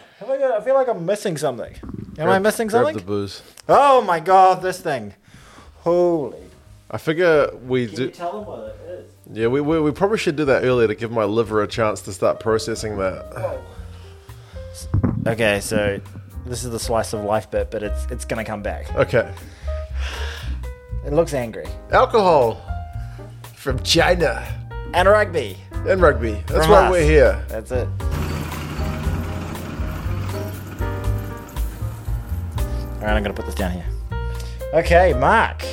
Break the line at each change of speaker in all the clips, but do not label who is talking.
I feel like- I feel like I'm missing something. Am I
Grab-
missing
grab
something?
the booze.
Oh my god, this thing. Holy.
I figure we do.
tell them what it is?
Yeah, we, we, we probably should do that earlier to give my liver a chance to start processing that.
Okay, so this is the slice of life bit, but it's it's gonna come back.
Okay.
It looks angry.
Alcohol from China
And rugby.
and rugby. That's
From
why
us.
we're here.
That's it. All right, I'm gonna put this down here. Okay, Mark.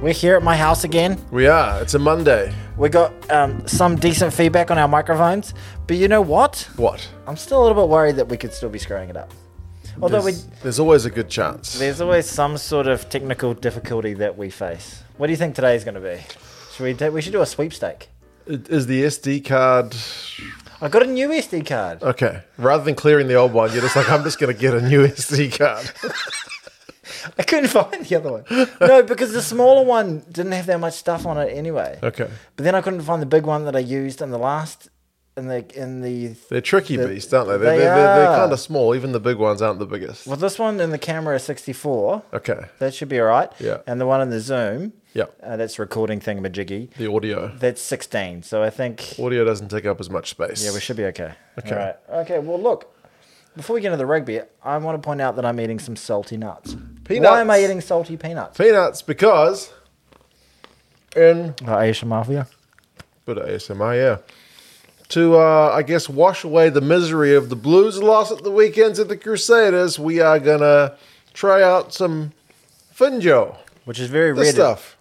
We're here at my house again.
We are. It's a Monday.
We got um, some decent feedback on our microphones, but you know what?
What?
I'm still a little bit worried that we could still be screwing it up. Although we,
There's, there's always a good chance.
there's always some sort of technical difficulty that we face. What do you think today's going to be? Should we? Do, we should do a sweepstake.
Is the SD card
I got a new SD card.
okay? Rather than clearing the old one, you're just like, I'm just going to get a new SD card.
I couldn't find the other one. No, because the smaller one didn't have that much stuff on it anyway.
Okay.
But then I couldn't find the big one that I used in the last, in the in the.
They're tricky
The-
beasts, aren't they? They're,
they
they are they are they are
are.
kind of small. Even the big ones aren't the biggest.
Well, this one in the camera is 64.
Okay.
That should be all right.
Yeah.
And the one in the Zoom,
Yeah.
uh, that's recording thingamajiggy.
The audio.
That's 16. So I think.
Audio doesn't take up as much space.
Yeah, we should be okay.
Okay.
Okay. All right. Okay. Well, look. Before we get into the rugby, I want to point out that I'm eating some salty nuts.
Peanuts.
Why am I eating salty peanuts?
peanuts because in
Uh, Asian mafia.
bit of ASMR, yeah. To uh, I guess wash away the misery of the Blues loss at the weekends at the Crusaders, we are gonna try out some Finjo.
Which is very
This
rare. to-
stuff.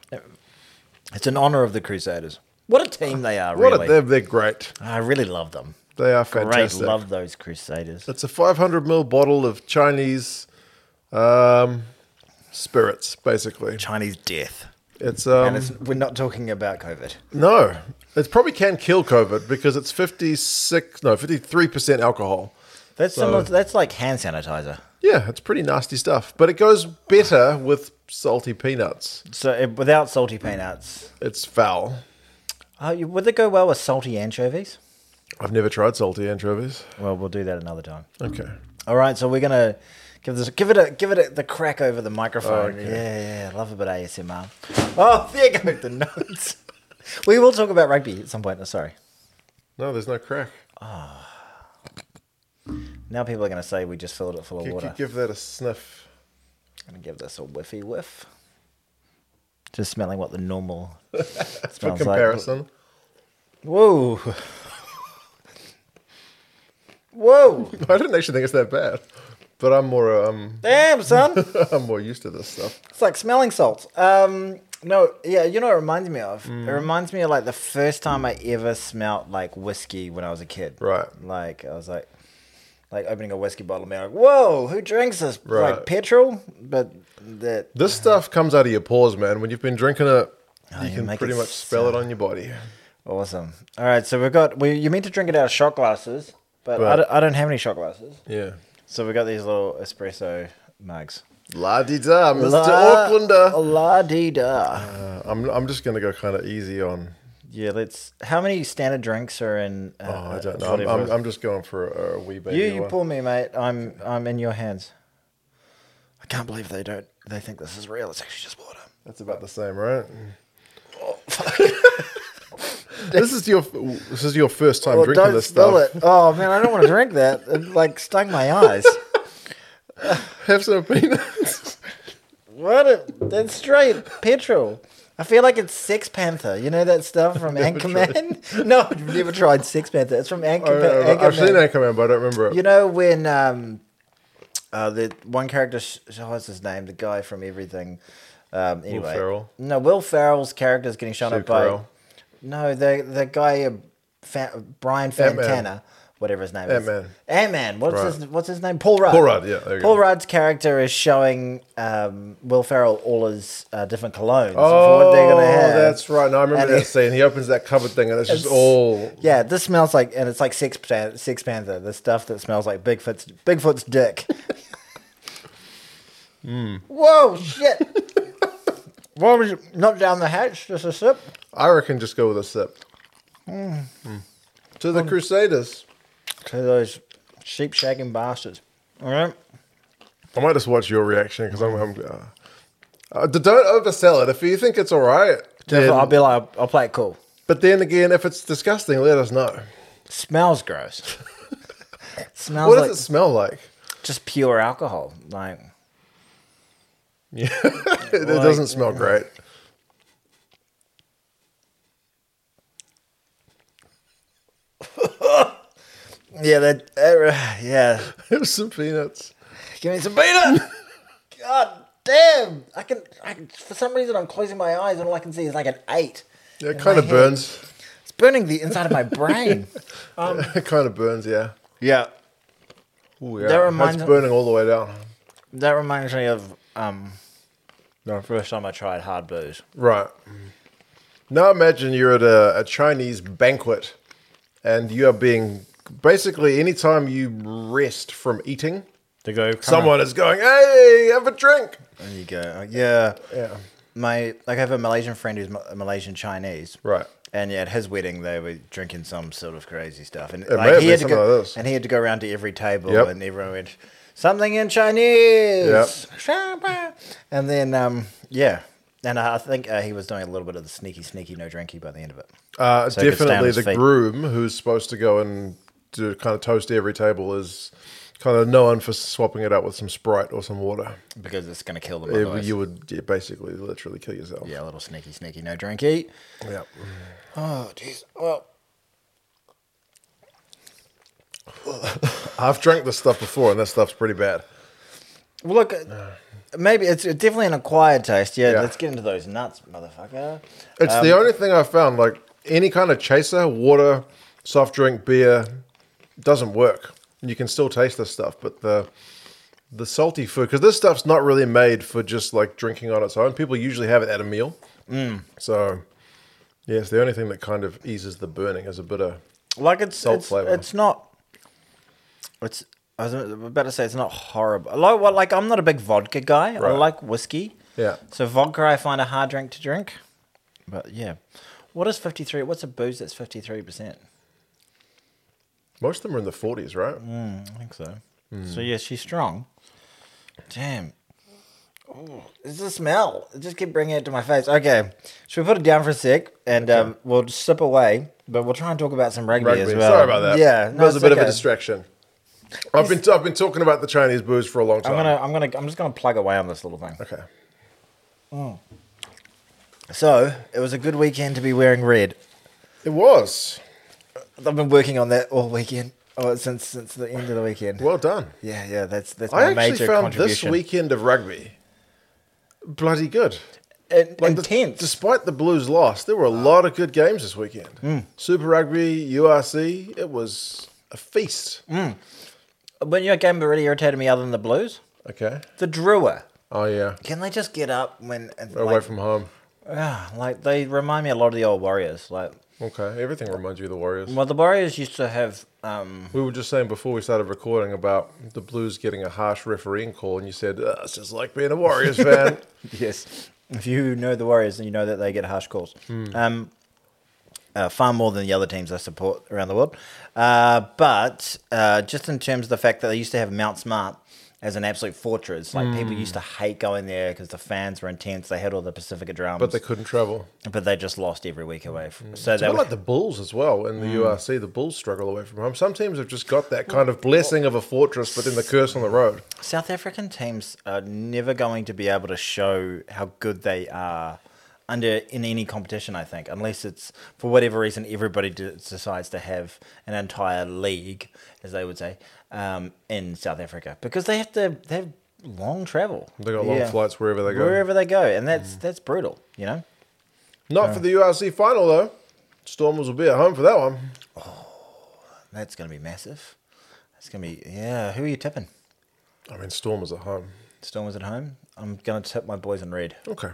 It's in honor of the Crusaders. What a team they are,
What
really.
a, they're, they're great.
I really love them.
They are
Great.
fantastic.
Love those Crusaders.
It's a 500 ml bottle of Chinese um, spirits, basically.
Chinese death.
It's um,
And it's, we're not talking about COVID.
No, it probably can kill COVID because it's 56, no, 53% alcohol.
That's similar, that's like hand sanitizer.
Yeah, it's pretty nasty stuff, but it goes better with salty peanuts.
So it, without salty peanuts,
It's foul.
uh, you- would it go well with salty anchovies?
I've never tried salty anchovies.
Well, we'll do that another time.
Okay.
All right, so we're gonna give this, give it a, give it a, the crack over the microphone. Yeah, yeah, yeah, love a bit of ASMR. Oh, there go the notes. we will talk about rugby at some point. Oh, sorry.
No, there's no crack.
Oh, Now people are gonna say we just filled it full of
You
water.
could give that a sniff.
I'm gonna give this a whiffy whiff. Just smelling what the normal
For
smells like.
comparison,
Whoa. Whoa.
I didn't actually think it's that bad, but I'm more um,
Damn, son.
I'm more used to this stuff.
It's like smelling salts. Um, no, yeah, you know what it reminds me of?
Mm.
It reminds me of like the first time I ever smelt like whiskey when I was a kid.
Right.
Like I was like like opening a whiskey bottle and being like, Whoa, who drinks this?
Right.
Like petrol? But that
This stuff comes out of your pores, man. When you've been drinking it, you
Oh, you
can
make
pretty
it
much spell it on your body.
awesome. All right, so we've got we you meant to drink it out of shot glasses, but I
Right.
don't, I don't have any shot glasses.
Yeah.
So we got these little espresso mugs.
La di da, Mr.
La- Oh.
Aucklander.
La dee da.
Uh, I'm, I'm just going to go kind of easy on.
Yeah, let's. How many standard drinks are in? Uh,
Oh, I don't know. I'm,
whatever?
I'm, I'm just going for a, a wee baby.
you, you
one.
pull me, mate. I'm, I'm in your hands. I can't believe they don't. They think this is real. It's actually just water.
That's about the same, right? this is your this is your first time drinking this stuff.
it. Oh man, I don't want to drink that. It like stung my eyes.
Have some peanuts.
What? A, that's straight petrol. I feel like it's Sex Panther. You know that stuff from Anchorman? no, I've never tried Sex Panther. It's from Anchor-
I remember-
Anchorman.
I've seen Anchorman, but I don't remember it.
You know when um, uh, the one character, sh- sh- what's his name, the guy from Everything. Um, anyway,
Ferrell?
No, Will Ferrell's character is getting shot
Steve
up by.
Carell.
No, the the guy uh, Fa- Brian
Ant-Man.
Fantana, whatever his name is.
Ant-Man.
Ant Man. What's
Right.
his What's his name? Paul Rudd.
Paul Rudd, yeah, there you
Paul
go.
Rudd's character is showing um, Will Ferrell all his uh, different colognes for
oh,
what they're gonna have.
that's right. No, I remember
And
that
he-
scene. He opens that cupboard thing, and it's, just
It's-
all
Yeah, this smells like, and it's like Six Pan- Six Panther, the stuff that smells like Bigfoot's Bigfoot's dick. Hmm. Whoa, shit! Why would you not down the hatch? Just a sip.
I reckon just
Um,
go with a sip. Mm. To the Mm. Crusaders.
To those Sheep shagging bastards. All right.
I might just watch your reaction because I'm. I'm uh, uh, d- don't oversell it. If you think it's all right,
If I'll
then,
be like, I'll play it cool.
but then again, if it's disgusting, let us know.
Smells gross. smells
What
like
does it smell like?
just pure alcohol. Like
Yeah, it, it doesn't smell great.
yeah, that uh, yeah.
Have some peanuts.
Give me some peanut. God damn! I can, I can. For some reason, I'm closing my eyes and all I can see is like an eight.
Yeah,
in
it kind
my
of
head.
burns.
It's burning the inside of my brain.
it kind of burns. Yeah.
Um, yeah,
Ooh, yeah.
That reminds-
It's burning all the way down.
that reminds me of um, the first time I tried hard booze.
Right. Now imagine you're at a, a Chinese banquet and you are being basically anytime you rest from eating,
To go,
someone is going, hey, have a drink.
There you go. Uh, Yeah.
Yeah.
My like I have a Malaysian friend who's Ma- a Malaysian Chinese.
Right.
And yeah, at his wedding they were drinking some sort of crazy stuff, and
may
like,
have
he
been
had to
something
go
like this.
and he had to go around to every table,
Yep.
and everyone went something in Chinese, Shabba." and then um yeah, and I think uh, he was doing a little bit of the sneaky, sneaky, no drinky by the end of it.
Uh,
So he could stay on
definitely
his
the
feet.
groom who's supposed to go and do, kind of toast every table is kind of known for swapping it out with some Sprite or some water.
because it's gonna kill them.
It-
otherwise.
you would yeah, basically literally kill yourself.
yeah, a little sneaky, sneaky, no drinky.
Yeah.
Oh jeez, well.
I've drank this stuff before and this stuff's pretty bad.
Well, look, uh, maybe it's it's definitely an acquired taste. Yeah,
Yeah.
let's get into those nuts, motherfucker.
It's the
Um,
only thing I found. Like any kind of chaser, water, soft drink, beer, doesn't work. You can still taste this stuff, but the the salty food because this stuff's not really made for just like drinking on its own. People usually have it at a meal. Mm. So yeah, it's the only thing that kind of eases the burning is a bit of
Like it's
Salt
it's,
flavour.
it's not. It's I was about to say it's not horrible. Like well, like I'm not a big vodka guy. I
Right.
like whiskey.
Yeah.
So vodka, I find a hard drink to drink. But yeah, what is fifty three? What's a booze that's fifty three percent?
most of them are in the forties, right?
I think so.
Hmm.
So yeah, she's strong. Damn. Oh, it's the smell. It just keep bringing it to my face. Okay, should we put it down for a sec and um, we'll just slip away, but we'll try and talk about some rugby,
Rugby.
as well.
Sorry about that.
Yeah,
that was a
it's
bit of a
okay.
distraction. I've been I've been talking about the Chinese booze for a long time.
I'm gonna, I'm gonna, I'm just gonna plug away on this little thing.
okay.
So it was a good weekend to be wearing red.
It was
I've been working on that all weekend, oh, since since the end of the weekend.
well done.
Yeah, yeah, that's that's my
I actually
major
found this
contribution.
weekend of rugby bloody good.
In-
Like the-
intense.
despite the Blues loss, there were a lot of good games this weekend.
Mm.
Super Rugby, URC, it was a feast.
Mm. But you know, a game that really irritated me, other than the Blues,
Okay.
the Drewer.
Oh yeah,
Can they just get up when and
away
like,
from home.
ah, like they remind me a lot of the old Warriors. Like
Okay, everything reminds you of the Warriors.
well, the Warriors used to have um
We were just saying before we started recording about the Blues getting a harsh refereeing call, and you said "Ugh, it's just like being a Warriors fan.
yes. If you know the Warriors, then you know that they get harsh calls.
Hmm.
Um, uh, far more than the other teams I support around the world. Uh, but uh, just in terms of the fact that they used to have Mount Smart as an absolute fortress, like people
Hmm.
used to hate going there because the fans were intense. They had all the Pacifica dramas,
but they couldn't travel.
but they just lost every week away. From, so
It's a
that Mm.
bit like the Bulls as well in the URC. The Bulls struggle away from home. Some teams have just got that kind of blessing of a fortress, but then the curse on the road.
South African teams are never going to be able to show how good they are under in any competition. I think, unless it's for whatever reason, everybody de- decides to have an entire league, as they would say, um, in South Africa because they have to they have long travel.
They got long
Yeah.
flights wherever they go. Mm.
wherever they go, and that's that's brutal. You know,
Not for the URC final though. Stormers will be at home for that one.
that's going to be massive. That's going to be yeah. Who are you tipping?
I mean, Stormers at home.
Stormers at home. I'm going to tip my boys in red.
Okay.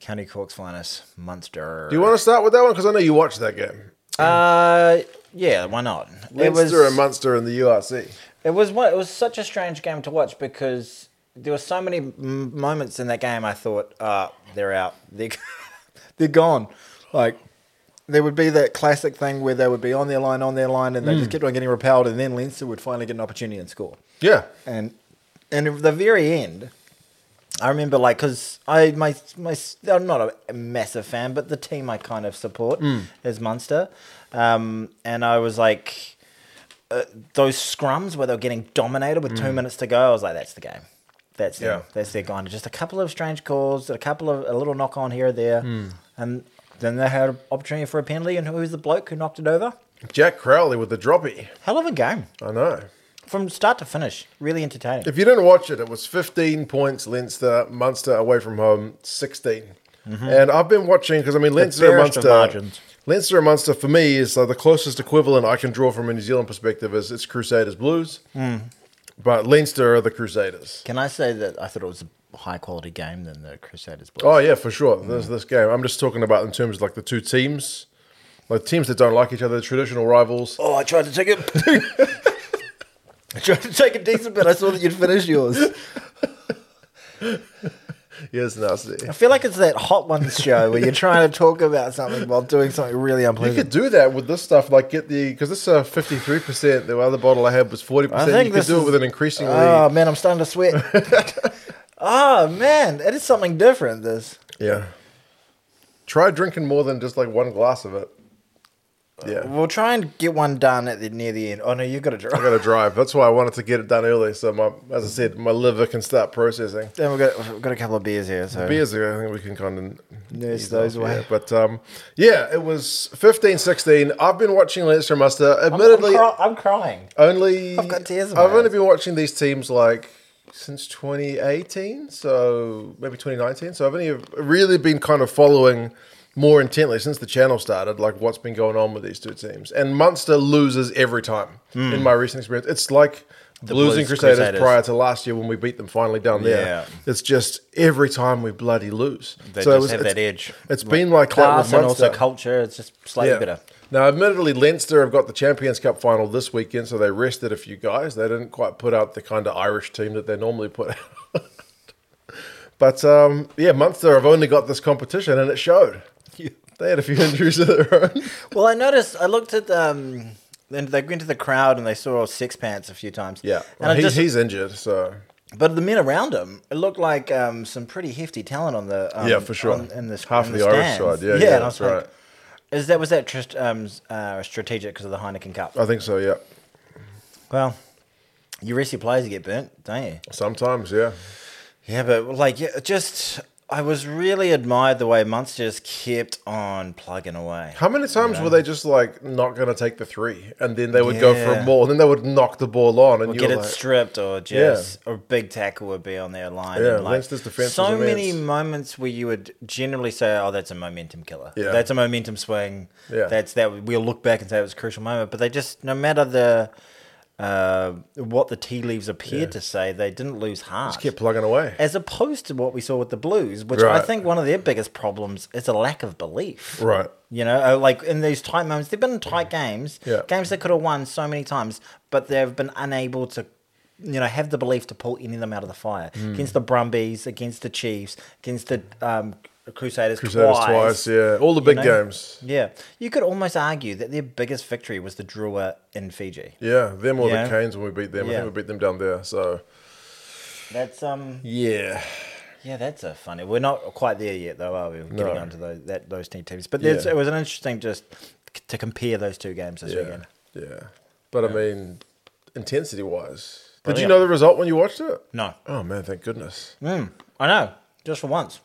County Cork's finest, Munster.
Do you want to start with that one? Because I know you watched that game.
Uh, yeah, why not? It was
Leinster and Munster in the URC.
it was one- it was such a strange game to watch because there were so many m- "Ah, moments in that game. I thought, uh, they're out, they're they're gone. Like there would be that classic thing where they would be on their line, on their line, and they just kept on getting repelled, and then Leinster would finally get an opportunity and score.
Yeah.
And and at the very end, I remember like because I my my I'm not a massive fan, but the team I kind of support is Munster, um, and I was like uh, those scrums where they were getting dominated with two minutes to go. I was like, that's the game. That's them.
Yeah.
That's their gone. Just a couple of strange calls, a couple of a little knock on here or there, and then they had an opportunity for a penalty. And who was the bloke who knocked it over?
Jack Crowley with the droppy.
Hell of a game
I know.
from start to finish. Really entertaining.
If you didn't watch it, it was 15 points Leinster, Munster away from home, 16. And I've been watching because I mean Leinster and
fairest Mm-hmm. of
Munster.
margins.
Leinster and Munster for me is like the closest equivalent I can draw from a New Zealand perspective is it's Crusaders Blues,
Hmm.
but Leinster are the Crusaders.
Can I say that I thought it was a high quality game than the Crusaders? Blues?
Oh yeah, for sure. There's
Hmm.
this game. I'm just talking about in terms of like the two teams, like teams that don't like each other, traditional rivals.
Oh, I tried to take it. I tried to take a decent bit. I saw that you'd finished yours.
Yes, nasty.
I feel like it's that Hot Ones show where you're trying to talk about something while doing something really
You could
unpleasant.
do that with this stuff, like get the because this uh fifty three percent. The other bottle I had was forty
I
percent. You could
this
do
is-
it with an increasingly.
Oh man, I'm starting to sweat. oh man, it is something different. This.
yeah. Try drinking more than just like one glass of it. Yeah,
We'll try and get one done at the near the end. Oh no, you got to
I
drive.
got to drive. That's why I wanted to get it done early, so my as I said, my liver can start processing.
Then we've got we've got a couple of beers here. So
beers ago, I think we can kind of
Nurse
ease
those
off,
away.
yeah. But um, yeah, it was 15 16. I've been watching Leinster and Munster.
I'm,
Admittedly,
cry- I'm crying.
only.
I've got tears in my
I've only
eyes.
been watching these teams like since 2018, so maybe 2019. So I've only really been kind of following more intently since the channel started, like what's been going on with these two teams. And Munster loses every time in my recent experience. It's like. Blues,
Hmm. Blues
and Crusaders,
Crusaders.
prior to last year when we beat them finally down there.
Yeah.
It's just every time we bloody lose.
They
So it
just
was-
have
it's-
that edge.
It's been like
Class
that with
and also
Munster.
culture. It's just slightly
Yeah.
better.
Now, admittedly, Leinster have got the Champions Cup final this weekend, so they rested a few guys. They didn't quite put out the kind of Irish team that they normally put out. but um, yeah, Munster have only got this competition, and it showed. They had a few injuries of their own.
Well, I noticed. I looked at um, and they went to the crowd and they saw six pants a few times.
Yeah,
and I
he,
just,
he's injured, so
but the men around him, it looked like um, some pretty hefty talent on the um,
Yeah, for sure.
on, in the
Half
in
of the Irish
stands.
side, yeah, yeah,
and I was
that's
like,
right.
Is that was that just um, s- uh, strategic because of the Heineken Cup?
I think so. Yeah,
Well, you risk your players to get burnt, don't you?
sometimes, yeah.
Yeah, but like, yeah, just I was really admired the way Munster just kept on plugging away.
How many times were they just like not going to take the three, and then they would go for
Yeah.
a ball, and then they would knock the ball on, and you
get
were
it
like,
stripped or just or a big tackle would be on their line.
Yeah,
and like,
Leinster's defense
So
was
many
immense.
moments where you would generally say, "Oh, that's a momentum killer.
Yeah.
That's a momentum swing.
Yeah.
That's that." We'll look back and say it was a crucial moment, but they just, no matter the uh, what the tea leaves appeared to say, they didn't lose heart.
keep plugging away.
as opposed to what we saw with the Blues, which I
Right.
think one of their biggest problems is a lack of belief.
Right.
You know, uh, like in these tight moments, they've been in tight games,
Mm. Yeah.
games they could have won so many times, but they've been unable to, you know, have the belief to pull any of them out of the fire
Mm.
against the Brumbies, against the Chiefs, against the um, Crusaders,
Crusaders
twice.
twice, yeah. All the
you
big
know?
games.
Yeah, you could almost argue that their biggest victory was the Drua in Fiji.
Yeah, them or
Yeah.
the Canes when we beat them. I
Yeah.
think we beat them down there. So
That's um,
yeah,
Yeah, that's a funny. We're not quite there yet, though, are we? We're Getting
No.
onto those that, those team teams, but there's,
Yeah.
it was an interesting just c- to compare those two games this
yeah,
weekend.
yeah. But I mean, intensity wise, did you
Brilliant.
know the result when you watched it?
No,
Oh man, thank goodness.
mm, I know, just for once,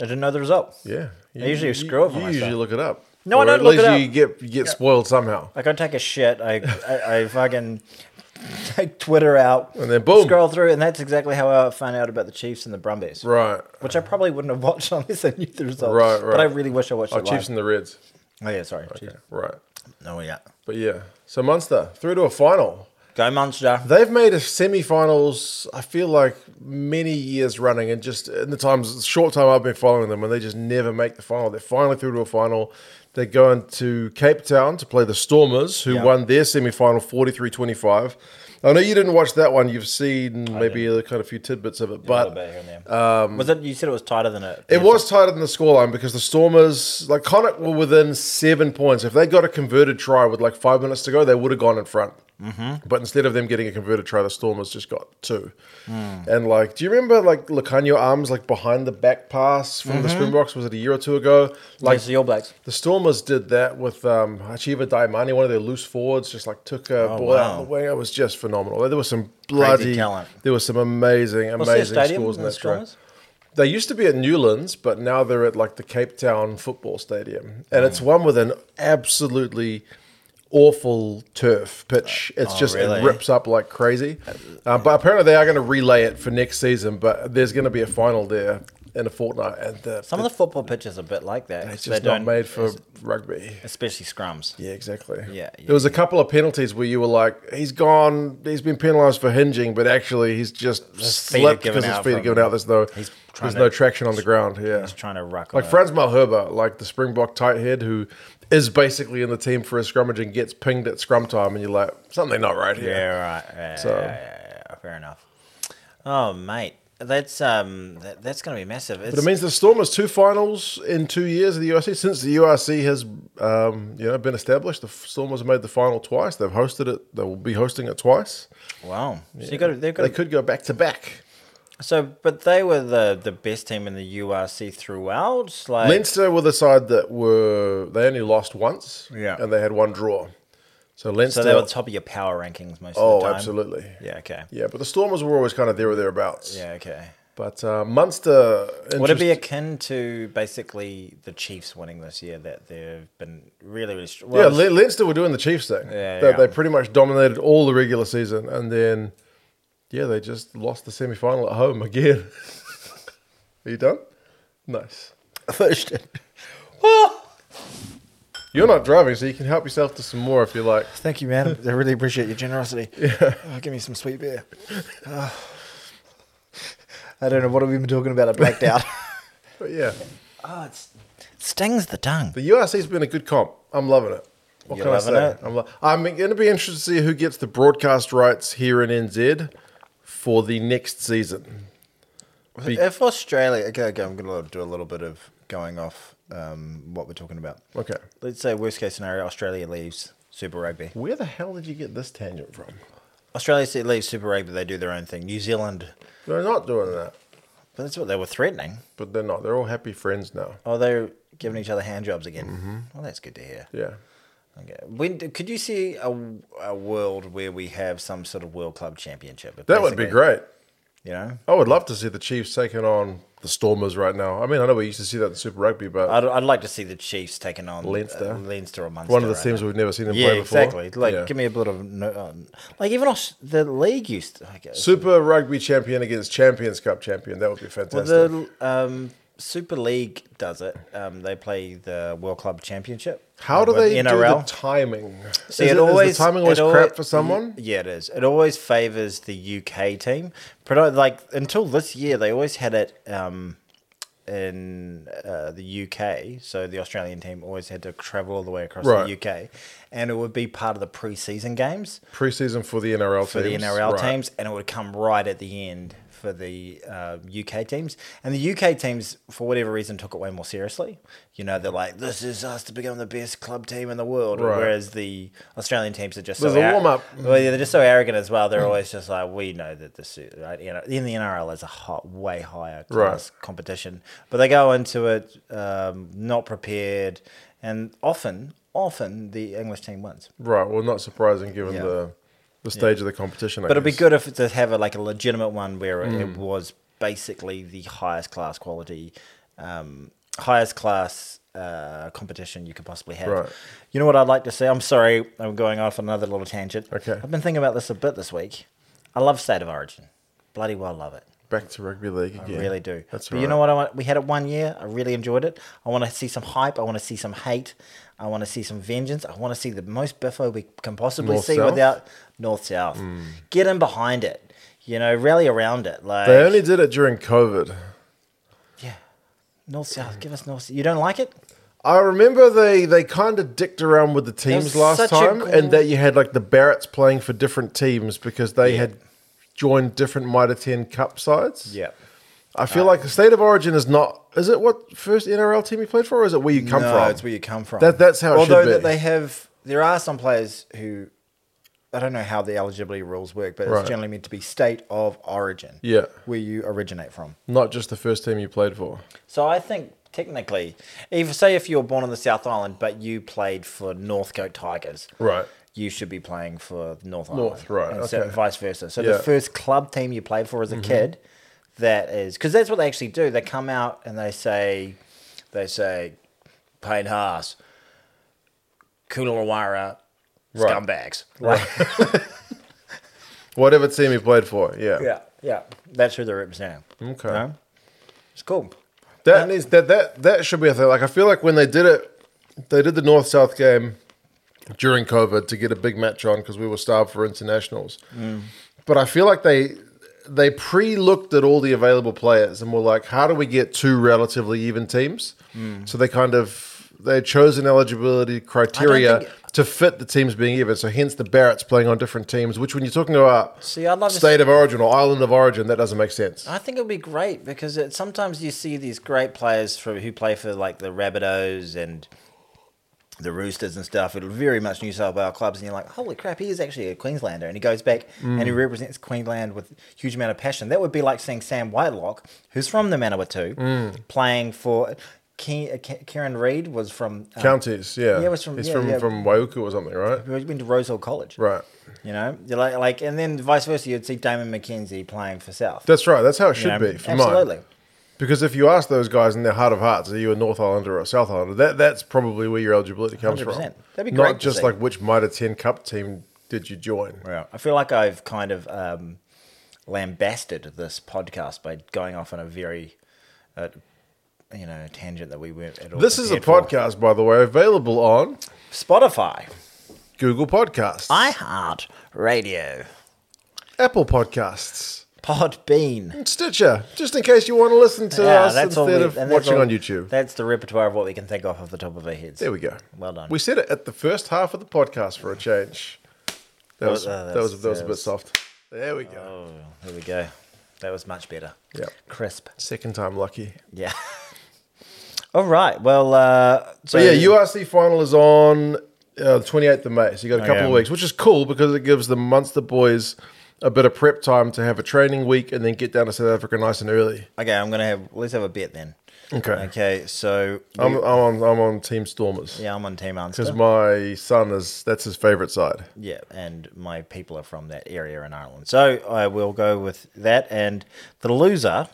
I didn't know the result.
Yeah,
I usually screw up for
You
myself.
usually look it up.
No, I
Or
don't
at
look
least
it
You
up.
get you get spoiled somehow.
Like I take a shit, I I, I fucking take Twitter out,
And then boom.
scroll through, and that's exactly how I found out about the Chiefs and the Brumbies,
Right,
which I probably wouldn't have watched unless I knew the result.
Right,
But I
right.
really wish I watched
oh,
it live.
Chiefs and the Reds.
Oh yeah, sorry.
Yeah,
Chiefs.
right.
Oh yeah,
But yeah, so Munster through to a final.
go Munster.
They've made a semi-finals. I feel like many years running, and just in the times short time I've been following them, and they just never make the final. They're finally through to a final. They're going to Cape Town to play the Stormers, who
Yeah.
won their semi-final 43-25. I know you didn't watch that one. You've seen maybe the kind of few tidbits of it,
A little
but
bit here and there. Um, was it? You said it was tighter than it.
It was tighter than the scoreline because the Stormers, like Connacht, were within seven points. If they got a converted try with like five minutes to go, they would have gone in front. Mm-hmm. But instead of them getting a converted try, the Stormers just got two.
Hmm.
And like, do you remember like Lacanio Arms like behind the back pass from
Mm-hmm.
the Springboks? Was it a year or two ago? Like
Against the All Blacks.
the Stormers did that with um, Achiva Daimani, one of their loose forwards, just like took a ball out
Oh, wow.
of the wing. It was just phenomenal. There was some bloody
talent.
There was some amazing,
What's their
amazing
stadium?
scores in
the
that try.
Stormers?
They used to be at Newlands, but now they're at like the Cape Town Football Stadium. And
Mm.
it's one with an absolutely awful turf pitch. It's just,
Uh, oh, really?
it rips up like crazy. Uh, but apparently they are going to relay it for next season, but there's going to be a final there in a fortnight. And the,
Some of the football pitches are a bit like that. 'cause
it's
they
just not
don't-
made for rugby.
especially scrums.
Yeah, exactly.
Yeah, yeah,
There was a couple of penalties where you were like, he's gone, he's been penalised for hinging, but actually he's just
feet are
slipped
given
because his
out
feet are
from-
given out. There's no,
He's trying
there's no
to-
traction on the ground. Yeah.
Just trying to ruck.
Like
on it.
Franz Malherba, like the Springbok tight head who is basically in the team for a scrummage and gets pinged at scrum time, and you're like, something not right here.
Yeah, right. Yeah,
So-
yeah, yeah, yeah, fair enough. Oh, mate, that's um, that, that's gonna be massive. It's,
But it means the Stormers two finals in two years of the URC. Since the URC has, um, you know, been established, the Stormers have made the final twice. They've hosted it. They will be hosting it twice.
wow. So you got they've got
They could go back to back.
so, but they were the the best team in the URC throughout. Like
Leinster were the side that were they only lost once.
Yeah.
and they had one draw. So Leinster.
so, they were top of your power rankings most of
oh,
the time.
absolutely.
Yeah. Okay.
Yeah, but the Stormers were always kind of there or thereabouts.
Yeah. Okay.
But uh, Munster.
Would it
interest-
be akin to basically the Chiefs winning this year that they've been really, really strong?
yeah, Le- Leinster were doing the Chiefs thing.
Yeah,
they,
yeah.
they pretty much dominated all the regular season, and then yeah, they just lost the semi final at home again. Are you done? Nice.
Oh,
You're not driving, so you can help yourself to some more if you like.
Thank you, man. I really appreciate your generosity. Oh, give me some sweet beer. Oh.
I don't know what have we been talking about. I blacked out.
But yeah,
Oh, it's, it stings the tongue.
the URC's been a good comp. I'm loving it. What
You're
can I
loving
say?
it?
I'm, lo- I'm going to be interested to see who gets the broadcast rights here in NZ for the next season. Be-
if Australia, okay, okay, I'm going to do a little bit of going off um, what we're talking about.
Okay.
Let's say worst case scenario, Australia leaves Super Rugby.
Where the hell did you get this tangent from?
Australia say leaves Super Rugby, they do their own thing. New Zealand,
They're not doing that,
but that's what they were threatening.
but they're not. They're all happy friends now.
Oh, they're giving each other hand jobs again. Well, that's good to hear.
Yeah.
Okay. When d- could you see a, a world where we have some sort of World Club Championship?
That would be
Basically,
great.
You know,
I would love to see the Chiefs taking on the Stormers right now. I mean, I know we used to see that in Super Rugby, but
I'd, I'd like to see the Chiefs taking on
Leinster.
uh, Leinster or Munster.
one of the
right
teams
now.
we've never seen them
Yeah,
play before.
exactly. Like,
Yeah.
give me a bit of no, uh, like even Aus- the league used. To, I guess.
Super Rugby champion against Champions Cup champion. That would be fantastic.
Well, the um, Super League does it. Um, they play the World Club Championship.
How
uh,
do
with
they do the
NRL.
timing?
See, it
is, it- is
always
the timing always
it
crap
alwa-
for someone?
Yeah, it is. It always favors the UK team. But like until this year, they always had it um, in uh, the UK. So the Australian team always had to travel all the way across
Right.
the UK, and it would be part of the preseason games
Preseason for the NRL
for
teams.
the NRL
Right.
teams, and it would come right at the end for the uh, UK teams. And the UK teams, for whatever reason, took it way more seriously. You know, they're like, "This is us to become the best club team in the world,"
Right.
whereas the Australian teams are just
There's
so
a
ar-
warm-up. Mm.
Well, yeah, they're just so arrogant as well. They're always just like, "We know that this is right." You know, in the NRL is a hot, way higher
Right.
class competition, but they go into it um, not prepared, and often, often the English team wins.
Right. Well, not surprising given
Yeah.
the the stage of the competition. I
But it'd be
guess.
good if to have a, like a legitimate one where it,
Mm.
it was basically the highest class quality, um, highest class uh, competition you could possibly have.
Right.
You know what I'd like to say? I'm sorry, I'm going off on another little tangent.
Okay.
I've been thinking about this a bit this week. I love State of Origin. Bloody well love it.
Back to rugby league again.
I really do.
That's
but
right.
you know what? I want? We had it one year. I really enjoyed it. I want to see some hype. I want to see some hate. I want to see some vengeance. I want to see the most biffo we can possibly
North,
see
south?
without North South. Get in behind it. You know, rally around it. Like
They only did it during COVID.
yeah, North South. Give us North. You don't like it?
I remember they they kind of dicked around with the teams
was
last
such a
time,
cool-
and that you had like the Barretts playing for different teams because they had joined different Mitre Ten Cup sides.
Yeah. Uh,
I feel like the state of origin is not. Is it what first NRL team you played for, or is it where you come
no,
from?
it's where you come from.
That- that's how it should
Although
be.
that they have, there are some players who, I don't know how the eligibility rules work, but
Right.
it's generally meant to be state of origin.
Yeah.
where you originate from.
not just the first team you played for.
So I think technically, if say if you were born on the South Island but you played for Northcote Tigers,
Right.
You should be playing for North Island,
North, right,
And so
okay.
vice versa. So
Yeah. Mm-hmm.
the first club team you played for as a kid, that is because that's what they actually do. They come out and they say, they say, Payne Haas, Coolalawara,
Right.
scumbags. Like,
Whatever team you played for, yeah.
yeah, yeah, that's who they're representing.
Okay.
No? it's cool.
That needs that that that should be a thing. Like I feel like when they did it, they did the North South game during COVID to get a big match on because we were starved for internationals. But I feel like they they pre looked at all the available players and were like, how do we get two relatively even teams? So they kind of they chose an eligibility criteria
think-
to fit the teams being even. So hence the Barretts playing on different teams, which when you're talking about
See, I'd love to
state of origin or island of origin, that doesn't make sense.
I think it would be great because it, sometimes you see these great players for, who play for like the Rabbitohs and the Roosters and stuff. It'll very much New South Wales clubs, and you're like, holy crap, he is actually a Queenslander, and he goes back and
Mm.
he represents Queensland with huge amount of passion. That would be like seeing Sam Whitelock, who's from the Manawatu,
Mm.
playing for. Ke- Ke- Karen Reid was from um,
Counties, yeah.
Yeah, it was from-
He's
yeah,
from
yeah.
from Waiuku or something, right?
who went to Rosehill College,
Right.
You know, You're like like, and then vice versa, you'd see Damon McKenzie playing for South.
That's right. That's how it should
you know?
be for
absolutely.
mine. Because if you ask those guys in their heart of hearts, are you a North Islander or a South Islander? That that's probably where your eligibility comes from.
100%. That'd be
Not
great to
just
see.
like which Mitre Ten Cup team did you join?
Yeah, I feel like I've kind of um, lambasted this podcast by going off on a very, uh, you know, tangent that we weren't at all.
This is a
prepared for.
podcast, by the way, available on
Spotify,
Google Podcasts,
iHeart Radio,
Apple Podcasts,
Podbean.
and Stitcher. Just in case you want to listen to us instead
we-
of
and Ah, that's
watching
all-
on YouTube.
That's the repertoire of what we can think of off the top of our heads.
There we go.
Well done.
We said it at the first half of the podcast for a change. That was
was- uh,
that
that's-
was that was a
that
bit
was-
soft. There we go.
Oh, there we go. That was much better.
Yep.
Crisp.
Second time lucky.
Yeah. all right. Well, uh, so
But yeah, URC final is on uh, the 28th of May. So you got a couple
Okay.
of weeks, which is cool because it gives the Munster boys a bit of prep time to have a training week and then get down to South Africa nice and early.
Okay, I'm gonna have. Let's have a bet then.
Okay.
Okay. So
I'm, I'm, on, I'm on Team Stormers
Yeah, I'm on Team Answer.
because my son is, that's his favourite side.
yeah, and my people are from that area in Ireland. So I will go with that. And the loser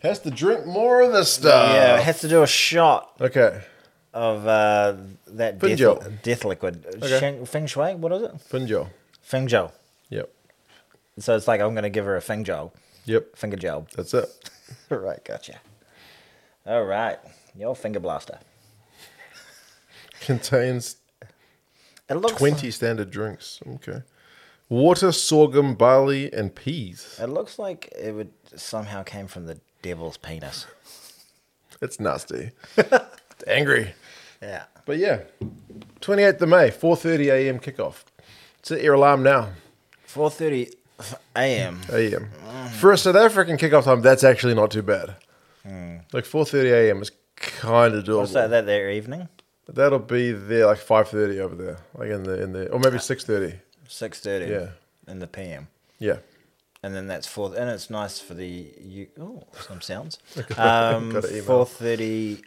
Has to drink more of this stuff.
yeah, has to do a shot
Okay.
of uh, that
Finjo.
death, death liquid. Shen- Feng Shui? What is it?
Finjo.
Feng Zhou.
Yep.
So it's like I'm going to give her a Feng Zhou.
Yep.
Finger gel.
That's it.
right, gotcha. All right. Your finger blaster.
Contains
It looks
20 standard drinks. Okay. Water, sorghum, barley, and peas.
It looks like it would somehow came from the devil's penis.
It's nasty. It's angry.
Yeah.
But yeah, 28th of May, 4.30 a.m. kickoff. Set your alarm now,
4:30 a.m.
a.m. For a South African kickoff time, that's actually not too bad. Like 4.30 a.m. is kind of doable.
So that their evening.
That'll be there like 5.30 over there, like in the, in the or maybe 6.30.
six thirty.
Yeah.
In the PM,
Yeah.
and then that's four. And it's nice for the you. Oh, some sounds. Um,
got an email.
four thirty.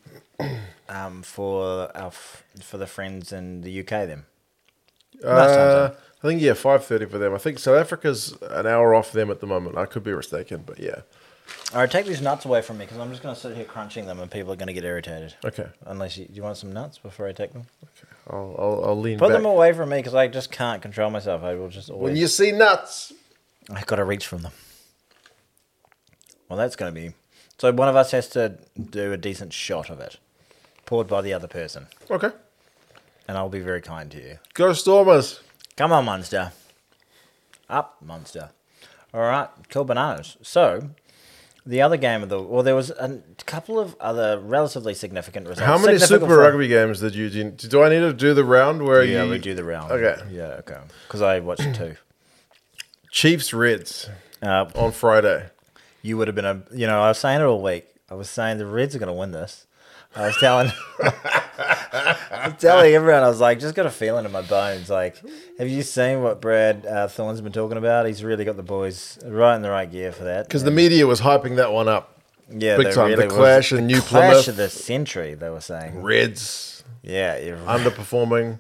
Um, for our f- for the friends in the UK, then. Nice time
Uh, I think, yeah, 5.30 for them. I think South Africa's an hour off them at the moment. I could be mistaken, but yeah.
All right, take these nuts away from me because I'm just going to sit here crunching them, and people are going to get irritated.
Okay.
Unless you, do you want some nuts before I take them,
I'll, I'll, I'll lean
put
back.
them away from me because I just can't control myself. I will just
when
always.
you see nuts.
I got to reach from them. Well, that's going to be. So one of us has to do a decent shot of it, poured by the other person,
Okay.
and I'll be very kind to you.
Go Stormers.
Come on, monster. Up, monster. All right, cool bananas. So The other game of the well, there was a couple of other relatively significant results.
How many
Significant
Super
for-
Rugby games did you do? Do I need to do the round where
Yeah,
you
we do the round.
Okay.
Yeah, okay. Because I watched two.
Chiefs Reds
Uh,
on Friday?
you would have been a you know i was saying it all week i was saying the reds are going to win this i was telling I was telling everyone i was like just got a feeling in my bones like have you seen what brad uh, thorne's been talking about he's really got the boys right in the right gear for that
Because the media was hyping that one up.
yeah
big
they
time, the
was-
clash and New
clash
Plymouth.
of the century they were saying
Reds
yeah
Um,
you're right.
underperforming,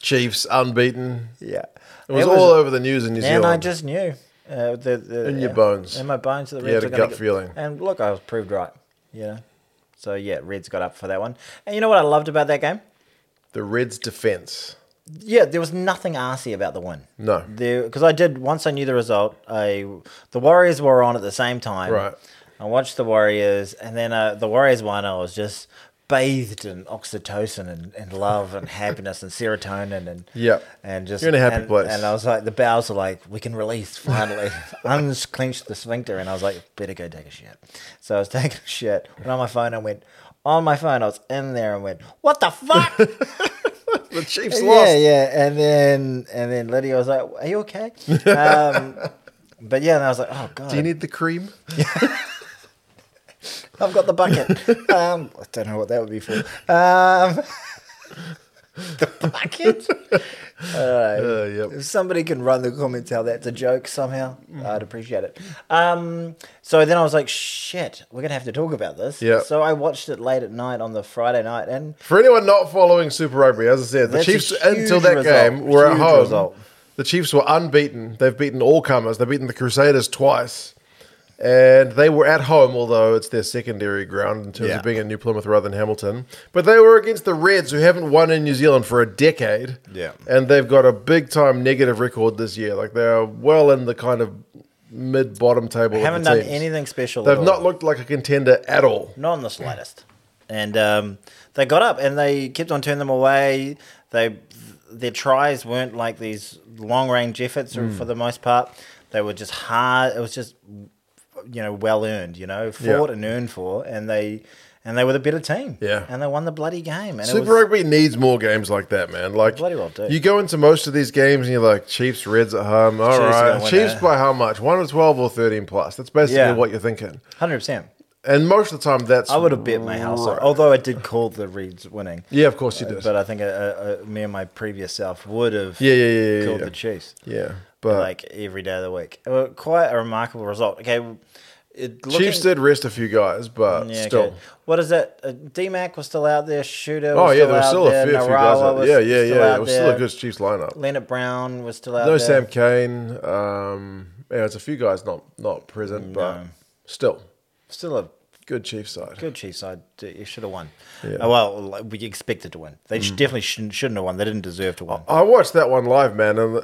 Chiefs unbeaten.
yeah
It was, all over the news in New
and
Zealand.
i just knew uh, the, the,
In your bones.
in my bones that the
You
reds
had a
were gonna
gut
get-
feeling.
and look i was proved right you know so yeah reds got up for that one and you know what i loved about that game
the Reds defense.
Yeah, there was nothing arsy about the win.
No.
because I did once I knew the result. I the Warriors were on at the same time.
Right.
I watched the Warriors, and then uh, the Warriors won. I was just bathed in oxytocin and, and love and happiness and serotonin and
Yep.
and just
You're in a happy
and-
place.
And I was like, the bowels are like, we can release finally. Unclenched the sphincter, and I was like, better go take a shit. So I was taking a shit, went on my phone, and went on my phone. I was in there and went, what the fuck.
The Chiefs
yeah,
lost.
yeah. And then and then Lydia was like, "Are you okay?" Um, but yeah, and I was like, "Oh God,
Do you need the cream?
I've got the bucket." um, I don't know what that would be for. Um, the bucket.
Uh, yep.
If somebody can run the comments how that's a joke somehow,
Mm.
I'd appreciate it. Um, so then I was like, "Shit, we're gonna have to talk about this."
Yeah.
So I watched it late at night on the Friday night, and
For anyone not following Super Rugby, as I said, the
That's a
Chiefs
huge
until that
result.
game were at
Huge
home.
result.
The Chiefs were unbeaten. They've beaten all comers. They've beaten the Crusaders twice. And they were at home, although it's their secondary ground in terms
Yeah.
of being in New Plymouth rather than Hamilton. But they were against the Reds, who haven't won in New Zealand for a decade.
Yeah.
And they've got a big time negative record this year. Like they're well in the kind of mid bottom table. of
haven't
the
done
teams.
anything special.
They've
at all.
not looked like a contender at all.
Not in the slightest. And um, they got up and they kept on turning them away. They their tries weren't like these long range efforts
Mm.
for the most part. They were just hard. It was just you know well earned. You know fought
Yeah.
and earned for, and they and they were the better team.
Yeah.
and they won the bloody game. And
Super
it was,
Rugby needs more games like that, man. Like
Bloody well do.
you go into most of these games and you're like Chiefs, Reds at home. All
Chiefs are
right,
gonna win
Chiefs
that.
by how much? One or twelve or thirteen plus. That's basically
Yeah.
what you're thinking.
hundred percent.
And most of the time, that's
I would have bet my house. on-
right.
Although I did call the Reds winning.
Yeah, of course you did.
But I think uh, uh, uh, me and my previous self would have
Yeah, yeah, yeah, yeah,
called
yeah.
the Chiefs.
yeah, but
like every day of the week. Uh, Quite a remarkable result. Okay, it, looking,
Chiefs did rest a few guys, but
Yeah, okay.
still.
What is that? Uh, DMAC was still out there. Shooter.
Oh
was
yeah,
still
there were
out
still a
there,
fair few guys.
Narawa
Out.
was
Yeah, yeah,
still
yeah.
out
It was still a
there,
good Chiefs lineup.
Leonard Brown was still out there.
No Sam Kane. Um, yeah, it's a few guys not not present, but
No.
still
Still a
good Chiefs side.
good Chiefs side. D- You should have won.
Yeah. Mm.
Uh, well, like, we expected to win. They sh- definitely shouldn't, shouldn't have won. They didn't deserve to win.
Oh, I watched that one live, man, and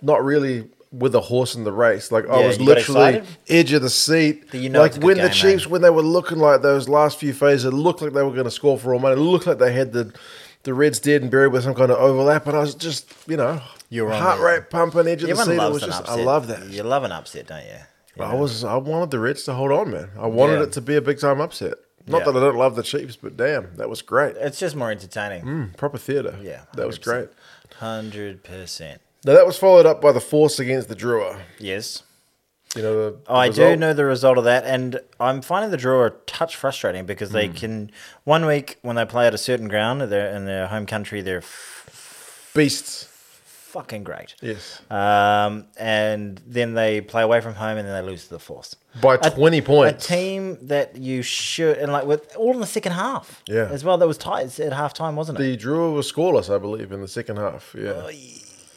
not really with a horse in the race. Like I
Yeah,
was
you got
literally
excited?
edge of the seat.
You know
like
it's a good
when the
game,
Chiefs,
eh?
when they were looking like those last few phases, it looked like they were going to score for all money. It looked like they had the the Reds dead and buried with some kind of overlap, and I was just you know
You were on
heart
the-
rate pumping, edge of the
Everyone
seat. It
loves
was
an
just
upset.
I love that.
You love an upset, don't you? You
I
know?
was I wanted the Reds to hold on, man. I wanted
Yeah.
it to be a big time upset. Not
Yeah.
that I don't love the Chiefs, but damn, that was great.
It's just more entertaining.
Mm, proper theater.
Yeah,
that was great.
Hundred percent.
Now that was followed up by the force against the Drua.
Yes.
You know the, the
Oh, I do
result?
know the result of that, and I'm finding the draw a touch frustrating because
Hmm.
they can one week when they play at a certain ground they're in their home country, they're f-
beasts.
fucking great.
Yes,
Um, and then they play away from home, and then they lose to the fourth.
by
A-
twenty
A
points.
team that you should and like with all in the second half,
Yeah.
as well. That was tight at half time, wasn't it?
the Drua was scoreless, I believe, in the second half.
Oh,
Yeah,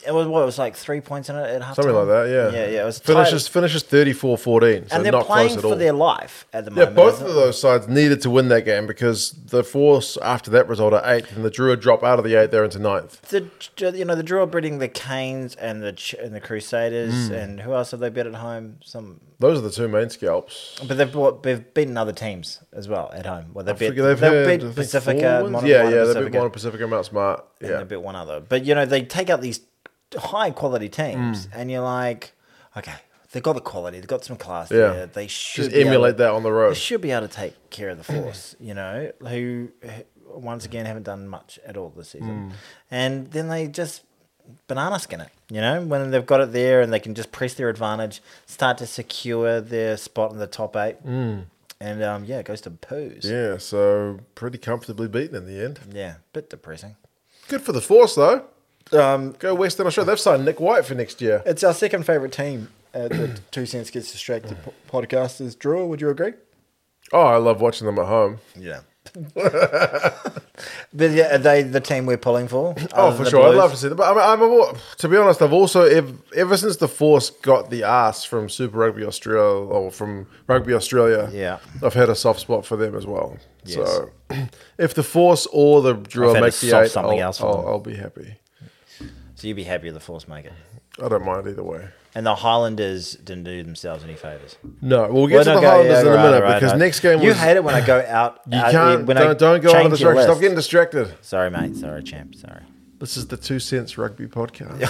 it was what it was like three points in it at half
something like that. Yeah,
yeah, yeah. It was
finishes
tight.
finishes 34-14, so
and they're
not
playing
close at
for
all.
their life at the
yeah,
moment.
both
isn't
of
it?
those sides needed to win that game because the Force after that result are eighth, and the Drua drop out of the eighth. They're into ninth.
the you know the draw breeding the Canes and the Ch- and the Crusaders
Mm.
and who else have they bet at home? Some,
Those are the two main scalps.
but they've bought, they've beaten other teams as well at home. Well, they
I
bet
forget- they've
they
had, I
beat
think,
Pacifica,
four wins.
Mono,
yeah,
Mono
yeah, they beat
Pacifica,
Mono Pacifica, Mount Smart.
and
Yeah,
they beat one
Mm.
other. But you know they take out these high quality teams, and you're like, okay, They've got the quality. They've got some class
Yeah.
there. They should
Just
be able-
emulate that on the
They
road.
should be able to take care of the force. You know, who who- once again haven't done much at all this season,
Hmm.
and then they just banana skin it. You know, when they've got it there and they can just press their advantage, start to secure their spot in the top eight, and um, yeah, it goes to poos.
Hmm. Yeah, so pretty comfortably beaten in the end.
yeah, bit depressing.
Good for the force though.
Um,
Go Western Australia. They've signed Nick White for next year.
It's our second favourite team at the Two Cents Gets Distracted po- podcast is Drew. Would you agree?
Oh, I love watching them at home.
Yeah.
But yeah, are they the team we're pulling for?
Oh,
Other
for
than the
sure. I'd
Blues?
love to see them. But I mean, I'm a, to be honest, I've also ev- ever since the Force got the ass from Super Rugby Australia or from Rugby Australia,
Yeah.
I've had a soft spot for them as well.
Yes.
So if the Force or the Drill
I've had a
make the
soft
eight,
something
I'll,
else for
I'll-
them.
I'll be happy.
So you'd be happy with the Force Maker.
I don't mind either way.
And the Highlanders didn't do themselves any favours.
No, we'll get to
Well,
the
no, go-
Highlanders
yeah,
in a
right,
minute
right,
because
right.
next game
You
was.
hate it when I go out.
you
out-
can't.
When I
don't, don't go out
change
of the
your
direction. Stop
list.
getting distracted.
Sorry, mate. Sorry, champ. Sorry.
This is the Two Cents Rugby podcast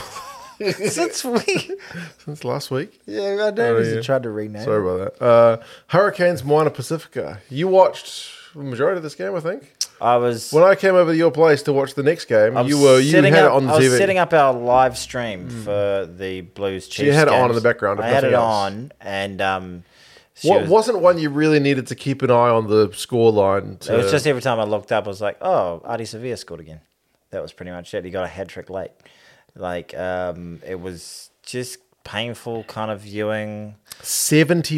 Since we,
since last week.
yeah, I
noticed
noticed
you
you tried to rename.
Sorry about that. Uh, Hurricanes Minor Pacifica. You watched the majority of this game, I think.
I was
When I came over to your place to watch the next game,
I was
you were you had
setting
it
up-
on the
I was
TV.
setting up our live stream for the Blues Chiefs.
you had it on
games.
in the background, if
I had
nothing
it
else.
on, and um, she
what
was-
wasn't one you really needed to keep an eye on the score line. To,
it was just every time I looked up, I was like, "Oh, Artie Sevilla scored again." That was pretty much it. He got a hat trick late. Like um, it was just painful kind of viewing.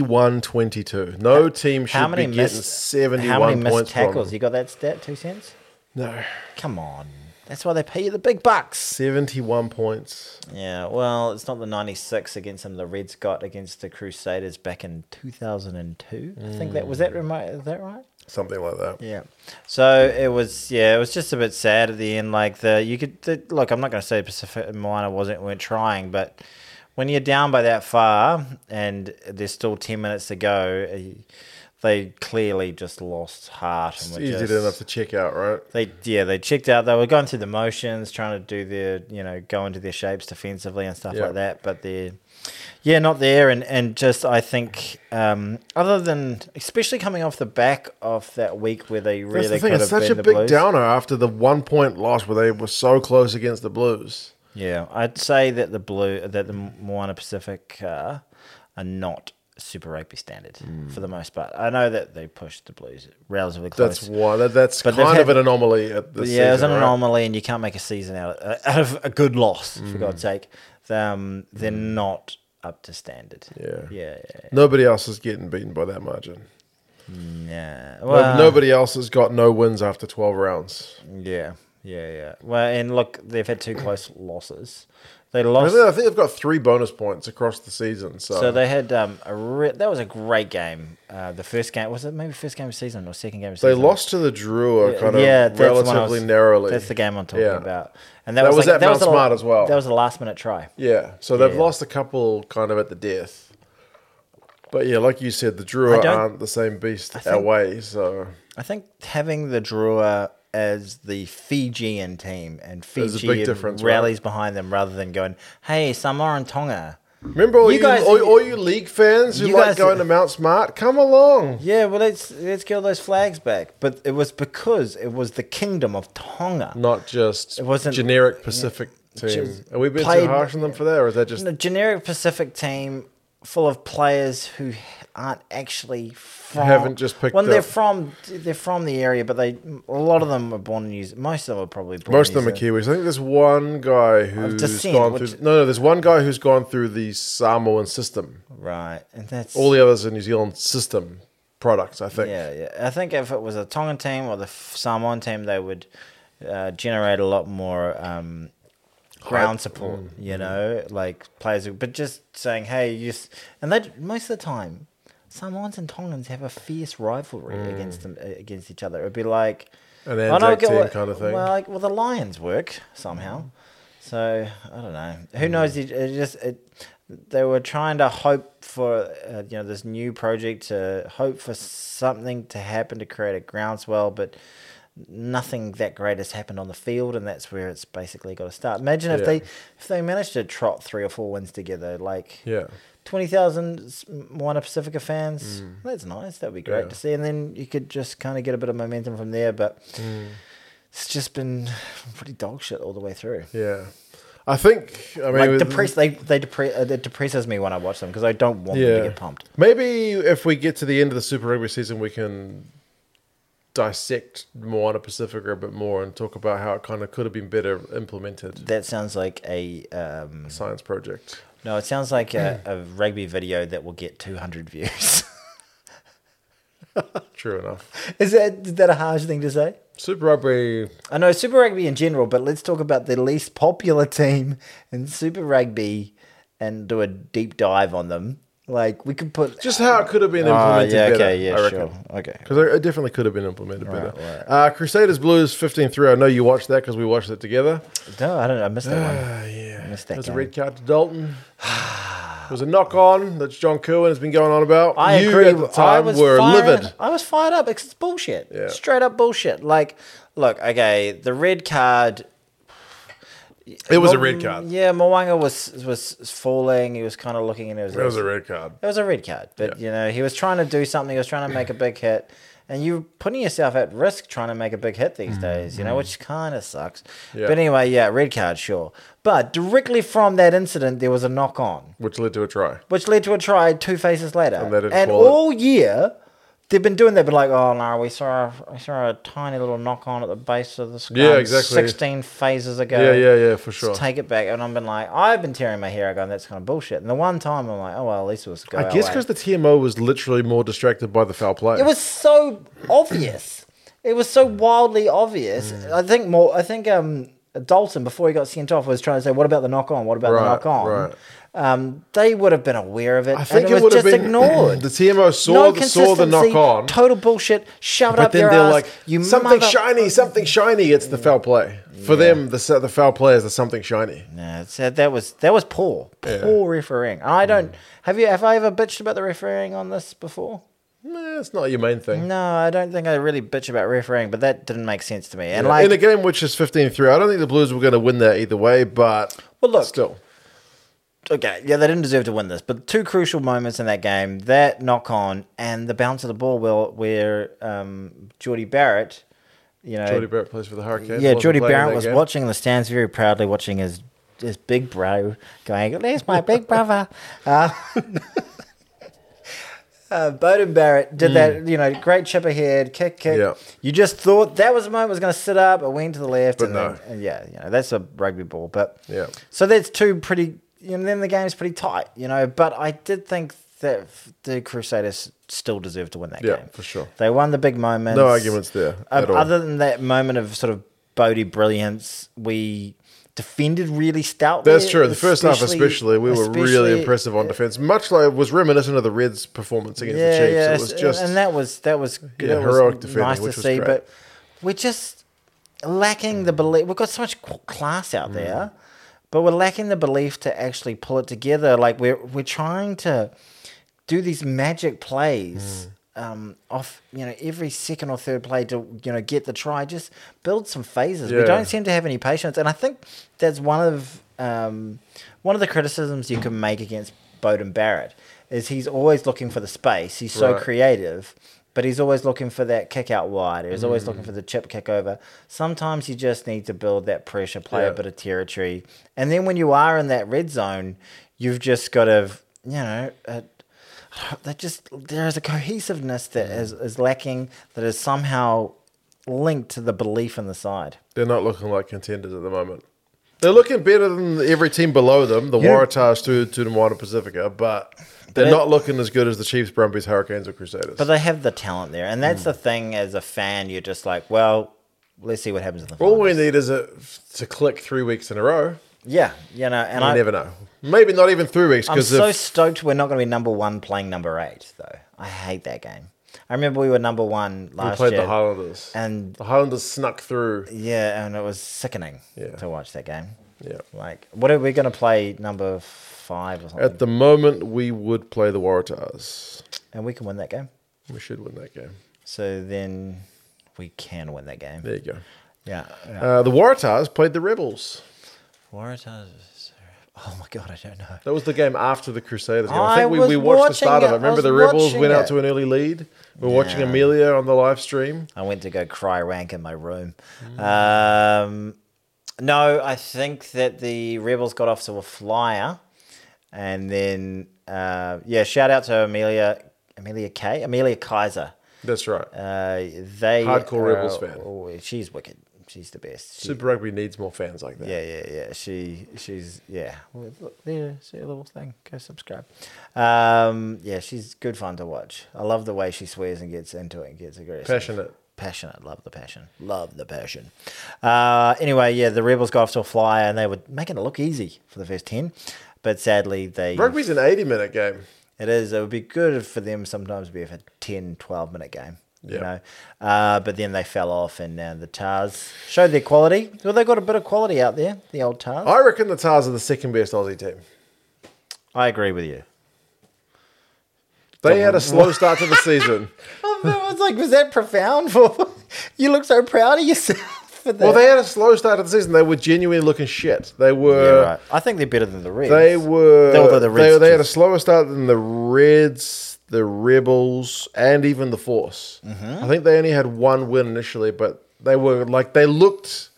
71-22. No team should
How many
be getting
missed?
seventy-one
How many missed
points
tackles?
From.
You got that stat? Two cents?
No,
Come on. That's why they pay you the big bucks.
seventy-one points.
Yeah, well, it's not the 96 against them the Reds got against the Crusaders back in 2002. I think that was that remi- is that right?
Something like that.
Yeah. So it was yeah, it was just a bit sad at the end like the you could the, look, I'm not going to say Pacific Minor wasn't weren't trying, but when you're down by that far and there's still 10 minutes to go, eh, they clearly just lost heart and
It's
were
easy
just,
enough to check out, right?
they yeah they checked out they were going through the motions trying to do their you know go into their shapes defensively and stuff
Yeah.
like that but they're yeah not there and and just i think um other than especially coming off the back of that week where they really
That's the thing.
could
It's
have
such a
been the
big
Blues.
downer after the one-point loss where they were so close against the Blues.
yeah i'd say that the blue that the moana pacific uh, are not super rugby standard
Hmm.
for the most part i know that they pushed the blues relatively close
That's why that, that's
But they've
kind of
had-
an anomaly at this
yeah, it's
season,
an
right?
anomaly, and you can't make a season out of, out of a good loss,
Mm.
for God's sake. Um, they're not up to standard.
Yeah.
Yeah. yeah,
Nobody else is getting beaten by that margin.
yeah.
No-
Well, um,
Nobody else has got no wins after 12 rounds.
Yeah. Yeah. Yeah. Well, and look, they've had two close losses. They
I
lost.
think, I think they've got three bonus points across the season. So,
So they had um, a re- that was a great game. Uh, the first game was it maybe first game of season or second game of
they
season.
lost to the Drua kind of
that's the one I was-
relatively narrowly.
That's the game I'm talking
Yeah.
about. And that,
That
was,
was
like,
at
that was
Mount
the la-
Smart as well.
That was the last minute try.
Yeah. So they've
Yeah.
lost a couple kind of at the death. But yeah, like you said, the Drua
don't-
aren't the same beast
think-
away. So
I think having the Drua as the Fijian team and
There's a
Fiji
big difference, right?
rallies behind them rather than going, hey, Samoa and Tonga.
remember, all you,
You guys-
all, all you league fans who
You
like
guys-
going to Mount Smart, come along.
Yeah, well, let's let's get all those flags back. But it was because it was the kingdom of Tonga.
not just
It wasn't-
generic Pacific team.
just
Are we a bit too
played-
harsh on them for that, or is that just
A generic Pacific team full of players who aren't actually from.
Haven't just picked
When they're
up-
from, they're from the area, but they a lot of them were born in New Zealand. Most of them were probably born
most
in
of them
New
are Kiwis? I think there's one guy who's
descent,
gone
which-
through. No, no, there's one guy who's gone through the Samoan system.
Zealand. right? And that's
All the others are New Zealand system products. I think.
Yeah, yeah. I think if it was a Tongan team or the F- Samoan team, they would uh, generate a lot more um, ground support.
Mm. Mm-hmm.
You know, like players. who- But just saying, hey, you s-, and they most of the time, Samoans and Tongans have a fierce rivalry against them uh, against each other. It'd be like
Mm. An
I don't
Anzac
get
team
what-
kind of thing.
Well, like, well, the Lions work somehow. So I don't know. Who knows? It, it just it, they were trying to hope for uh, you know this new project to hope for something to happen to create a groundswell, but nothing that great has happened on the field, and that's where it's basically got to start. Imagine if
Yeah.
they if they managed to trot three or four wins together, like
yeah.
20,000 s- Moana Pacifica fans. That's nice. That'd be great
Mm. Yeah.
to see. And then you could just kind of get a bit of momentum from there. But
Mm.
it's just been pretty dog shit all the way through.
Yeah. I think, I mean,
Like
with-
depressed, they they depress uh, it depresses me when I watch them because I don't want them to get pumped.
Maybe if we get to the end of the Super Rugby season, we can dissect Moana Pacifica a bit more and talk about how it kind of could have been better implemented.
That sounds like a um,
Science project.
no. It sounds like a,
Mm.
a rugby video that will get 200 views.
True enough.
is that is that a harsh thing to say?
Super Rugby.
I know Super Rugby in general, but let's talk about the least popular team in Super Rugby and do a deep dive on them. Like we could put
Just how it could have been
Ah,
implemented
yeah,
better.
okay, yeah,
I reckon.
sure, okay.
Because it definitely could have been implemented better.
right.
Uh, Crusaders Blues 15 3. I know you watched that because we watched it together.
No, I don't. know. I missed that one.
Uh, yeah.
missed that
That was a
game.
red card to Dalton. it was a knock on that John Kerwin has been going on about.
I
you
agree.
at the
I
time
was
were
fired,
livid.
I was fired up. It's bullshit.
Yeah.
Straight up bullshit. Like, look, okay, the red card.
It was a red card.
Yeah, Mwanga was was falling. He was kind of looking, and it was.
It was a red card.
It was a red card, but
Yeah.
you know he was trying to do something. He was trying to make a big hit, and you're putting yourself at risk trying to make a big hit these days. You know, which kind of sucks.
Mm, Yeah.
But anyway, yeah, red card, sure. But directly from that incident, there was a knock on
which led to a try.
which led to a try two faces later.
And
And,
they didn't call it.
all year, they've been doing that, but like, oh no, we saw a, we saw a tiny little knock on at the base of the sky
Yeah, exactly.
16 phases ago.
Yeah, yeah, yeah, for
Let's
sure.
take it back. And I've been like, I've been tearing my hair out going, that's kind of bullshit. And the one time I'm like, oh well, at least it was a go
I
our
guess
way.
because the TMO was literally more distracted by the foul play.
It was so obvious. It was so wildly obvious.
Mm.
I think more. I think um, Dalton before he got sent off was trying to say, "What about the knock on? What about
Right,
the knock on?"
right.
Um, they would have been aware of it.
I think
and
it,
it, was
would have
just
been
ignored.
The TMO saw the, saw the knock
consistency,
on,
Total bullshit. Shove it
but
up
then
your
they're
ass.
like
you
something
mother-"
shiny, something shiny. It's the foul play for them. The s- the foul play is the something shiny.
Nah, it's- uh, that, that was that was poor, poor refereeing. And I
Mm.
don't have you. Have I ever bitched about the refereeing on this before?
Nah, it's not your main thing.
No, I don't think I really bitch about refereeing, but that didn't make sense to me. And
In
like,
a game which is 15-3, I don't think the Blues were going to win that either way. But
Well, look.
still,
okay, yeah, they didn't deserve to win this, but two crucial moments in that game: that knock on and the bounce of the ball, where where um, Geordie Barrett, you know,
Jordy Barrett plays for the Hurricanes.
yeah,
wasn't
Geordie
playing in
Barrett
that
was
game.
watching in the stands very proudly, watching his his big bro going, "There's my big brother." Uh, uh, Bowden Barrett did that, you know, great chip ahead, kick, kick.
Yeah.
You just thought that was the moment it was going to sit up. It went to the left,
But
and,
no.
then, and yeah, you know, that's a rugby ball, but
Yeah.
So that's two pretty, you know, then the game's pretty tight, you know. But I did think that the Crusaders still deserved to win that
Yeah,
game
for sure.
They won the big moment.
No arguments there
Um,
at all.
Other than that moment of sort of Bodie brilliance, we defended really stoutly.
That's true. The first half, especially, we were really
especially-
impressive on defense. Much like it was reminiscent of the Reds' performance against
Yeah,
the Chiefs.
yeah,
it was
it's-
just
and that was that was
Yeah,
that was
heroic defending,
nice
which
to
was
see,
great.
but we're just lacking the belief. We've got so much qu- class
Mm.
out there, but we're lacking the belief to actually pull it together. Like we're we're trying to do these magic plays.
Mm.
Um, off you know every second or third play to you know get the try just build some phases we
Yeah.
don't seem to have any patience and I think that's one of um, one of the criticisms you can make against Bowden Barrett is he's always looking for the space he's so
Right.
creative creative, but he's always looking for that kick out wide. He's always
Mm.
looking for the chip kick over. Sometimes you just need to build that pressure, play
Yeah.
a bit of territory, and then when you are in that red zone, you've just got to, you know, uh, that just there is a cohesiveness that
Mm.
is is lacking that is somehow linked to the belief in the side.
they're not looking like contenders at the moment. They're looking better than every team below them, the
You know-
Waratahs through to the Moana Pacifica, but they're
it-
not looking as good as the Chiefs, Brumbies, Hurricanes, or Crusaders.
But they have the talent there, and
Hmm.
that's the thing. As a fan, you're just like, well, let's see what happens in the
All
finals.
we need is a, to click three weeks in a row.
Yeah, you know, and
You
I
never know. Maybe not even three weeks
I'm
because
so
if
stoked we're not going to be number one playing number eight, though. I hate that game. I remember we were number one
we
last
played
year,
the Highlanders.
and
the Highlanders snuck through.
yeah, and it was sickening
Yeah.
to watch that game.
Yeah.
Like, what are we going to play number five or something?
At the moment, we would play the Waratahs.
and we can win that game.
We should win that game.
So then we can win that game.
There you go.
Yeah. yeah.
Uh, the Waratahs played the Rebels.
Waratahs. Oh my god, I don't know.
That was the game after the Crusaders. Game.
I
I think we,
was
we watched the
watching
start of
it.
it.
I
Remember
was
the Rebels
watching
went out
it.
to an early lead? We We're watching Amelia on the live stream.
I went to go cry rank in my room.
Mm.
Um, no, I think that the rebels got off to a flyer, and then uh, yeah, shout out to Amelia, Amelia K, Amelia Kaiser.
That's right.
Uh, they
Hardcore
are-
Rebels fan.
oh, she's wicked. She's the best. She-
Super Rugby needs more fans like that.
yeah, yeah, yeah. She, she's yeah. Well, look, There, see a little thing. Go subscribe. Um, yeah, she's good fun to watch. I love the way she swears and gets into it and gets aggressive.
Passionate.
Passionate, love the passion, love the passion. Uh, anyway, yeah, the rebels got off to a flyer and they were making it look easy for the first ten, but sadly they
Rugby's an 80 minute game.
it is. It would be good for them sometimes to be a 10, 12 minute game. You
Yeah.
know, uh, but then they fell off, and now the Tars showed their quality. Well, they got a bit of quality out there, the old Tars.
I reckon the Tars are the second best Aussie team.
I agree with you.
They had a slow start to the season.
Oh, I was like, was that profound? For you look so proud of yourself for that.
Well, they had a slow start to the season. They were genuinely looking shit. They
yeah,
were.
right. I think they're better than the Reds.
Uh, They were.
They
They,
were the Reds
they had a
just-
slower start than the Reds, the Rebels, and even the Force.
Mm-hmm.
I think they only had one win initially, but they were like they looked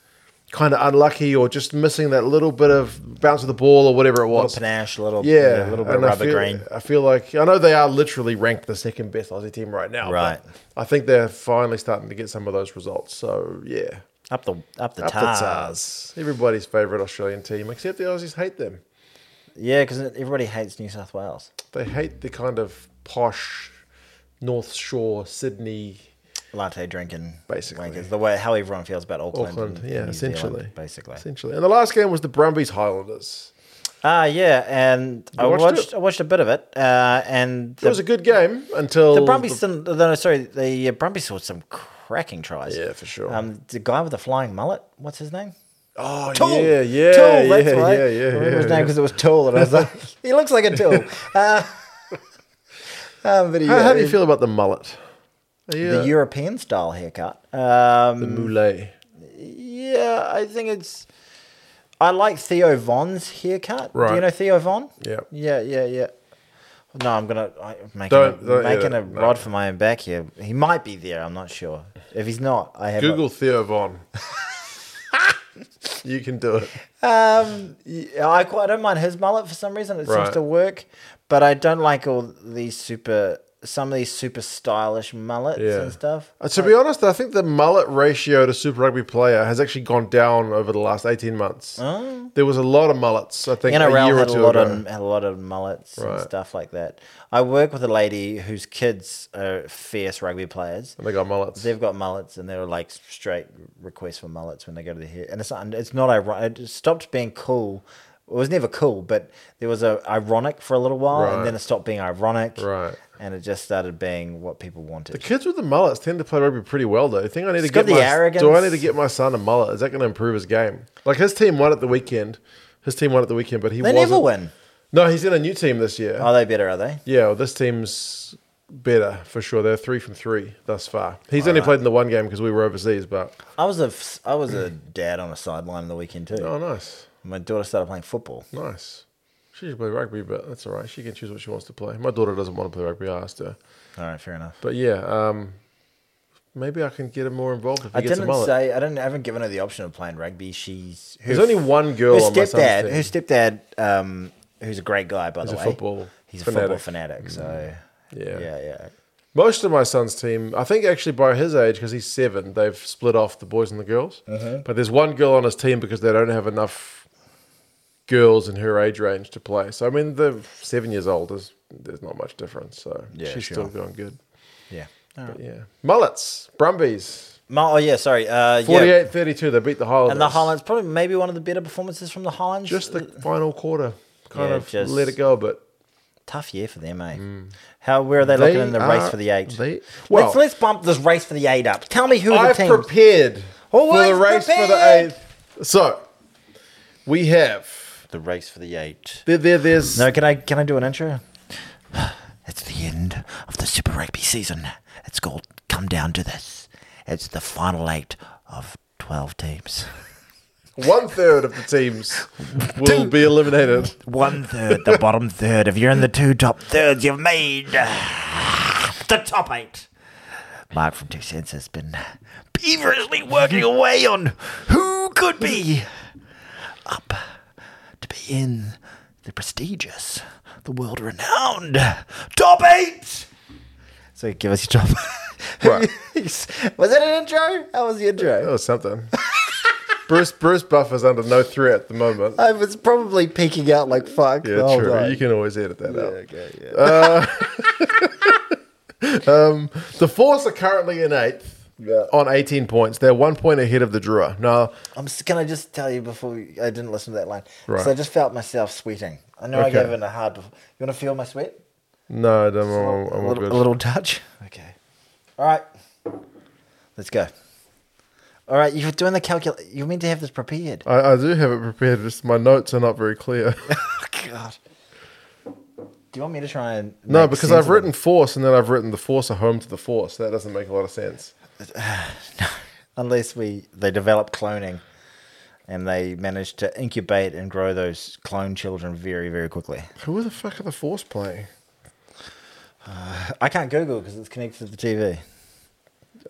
kind of unlucky or just missing that little bit of bounce of the ball or whatever it
little
was.
panache, a little
Yeah,
yeah, a little bit of
and I
rubber
feel-
green.
I feel like I know they are literally ranked the second best Aussie team right now. but
Right.
I think they're finally starting to get some of those results. So yeah,
Up the up the
up
Tars.
the Tars. Everybody's favourite Australian team, except the Aussies hate them.
Yeah, because everybody hates New South Wales.
They hate the kind of posh North Shore Sydney.
Latte drinking,
Basically.
wankers. the way how everyone feels about Auckland.
Auckland,
and
yeah,
New Zealand,
essentially,
basically.
essentially. And the last game was the Brumbies Highlanders.
Ah, yeah, and I watched,
watched it?
I watched a bit of it, uh, and
It was
the,
a good game until
the Brumbies didn't. No, sorry, the uh, Brumbies saw some cracking tries.
Yeah, for sure.
Um, the guy with the flying mullet, what's his name?
oh
Tool.
yeah, yeah,
Tool. That's
yeah,
right.
yeah, yeah,
I remember his
yeah.
name because it was Tool, and I was like, he looks like a Tool. Uh, um, but he,
How, how do
uh,
you feel about the mullet? Are you
the
a-
European style haircut. Um,
Moulet.
Yeah, I think it's. I like Theo Von's haircut. Do you
Right.
know Theo Von?
Yeah.
Yeah, yeah, yeah. No, I'm gonna I, making
Don't-
a,
don't- yeah,
making a
no.
rod for my own back here. He might be there. I'm not sure. If he's not, I have a-
Google Theo Von. you can do it.
um, yeah, I quite I don't mind his mullet for some reason. It seems
Right.
to work, but I don't like all these super some of these super stylish mullets
Yeah.
and stuff.
Uh, to be honest, I think the mullet ratio to Super Rugby player has actually gone down over the last 18 months.
Oh.
There was a lot of mullets, I think, a year
NRL
or
had a
two
lot
ago.
of had a lot of mullets and
Right.
stuff like that. I work with a lady whose kids are fierce rugby players.
and they got mullets.
They've got mullets, and they're like straight requests for mullets when they go to the hair. And it's not, it's not ironic. It stopped being cool. It was never cool, but there was a ironic for a little while,
Right.
and then it stopped being ironic,
Right.
And it just started being what people wanted.
Kids with the mullets tend to play rugby pretty well, though. I think I need to
It's
get
got
my
the arrogance.
do I need to get my son a mullet? Is that going to improve his game? Like his team won at the weekend. His team won at the weekend, but he
They
wasn't.
never win.
No, he's in a new team this year.
Are they better? Are they?
Yeah, well, this team's better for sure. They're three from three thus far. He's only played in the one game because we were overseas, but
I was a f- I was a dad on a sideline on the weekend too.
oh, nice,
My daughter started playing football.
nice. She should play rugby, but that's all right. She can choose what she wants to play. My daughter doesn't want to play rugby. I asked her,
All right, fair enough.
but yeah, um, maybe I can get her more involved if he
I
gets a
didn't
mullet.
say I didn't. I haven't given her the option of playing rugby. She's her,
There's only
her
one girl on my son's
stepdad.
team.
Her stepdad, um, who's a great guy by the
a
way.
football
He's a football
fanatic.
fanatic. So
Yeah.
yeah, yeah.
Most of my son's team, I think actually by his age, because he's seven, they've split off the boys and the girls.
Uh-huh.
But there's one girl on his team because they don't have enough girls in her age range to play. So I mean, the seven years old is there's not much difference. So
Yeah,
she's
sure.
still going good.
yeah.
But yeah, mullets, Brumbies,
Ma- oh yeah, sorry. Uh, yeah.
48-32, They beat the Highlanders.
And the Highlands probably maybe one of the better performances from the Highlands. Uh,
just the final quarter, kind
Yeah,
of
just-
let it go a bit.
tough year for them, eh? How where are they, looking in the race
Mm. are-
for the eight?
they-
well,
well,
let's, let's bump this race for the eight up. Tell me who are the
I've
teams.
prepared for the
Always
race for the
prepared.
eighth. So we have.
the race for the eight.
There, there, there's
No, can I can I do an intro? It's the end of the Super Rugby season. It's called Come Down to This. It's the final eight of twelve teams.
One third of the teams will be eliminated.
One third, the bottom third. If you're in the two top thirds, you've made the top eight. Mark from Two Cents has been feverishly working away on who could be up to be in the prestigious, the world renowned top eight. So give us your top.
Right.
was that an intro? How was the
That
intro?
was something. Bruce Bruce Buffer's under no threat at the moment.
I was probably peeking out like fuck.
Yeah,
the whole
true.
time.
You can always edit that out.
Okay, yeah.
The Force are currently in eighth
Yeah.
on 18 points. They're one point ahead of the draw. Now,
I'm, s- can I just tell you before we, I didn't listen to that line?
Right.
So I just felt myself sweating. I know I
Okay.
gave it a hard. You want to feel my sweat?
no, I don't, I'm, I'm
a,
all
little,
good.
a little touch. Okay. All right. Let's go. All right. You were doing the calcul. You meant to have this prepared.
I, I do have it prepared. Just my notes are not very clear.
Oh, God. Do you want me to try and?
no,
make
because
sense
I've
of it?
written Force and then I've written the Force are home to the Force. That doesn't make a lot of sense.
unless we they develop cloning, and they manage to incubate and grow those clone children very very quickly.
Who the fuck are the Force playing?
I can't Google because it's connected to the TV.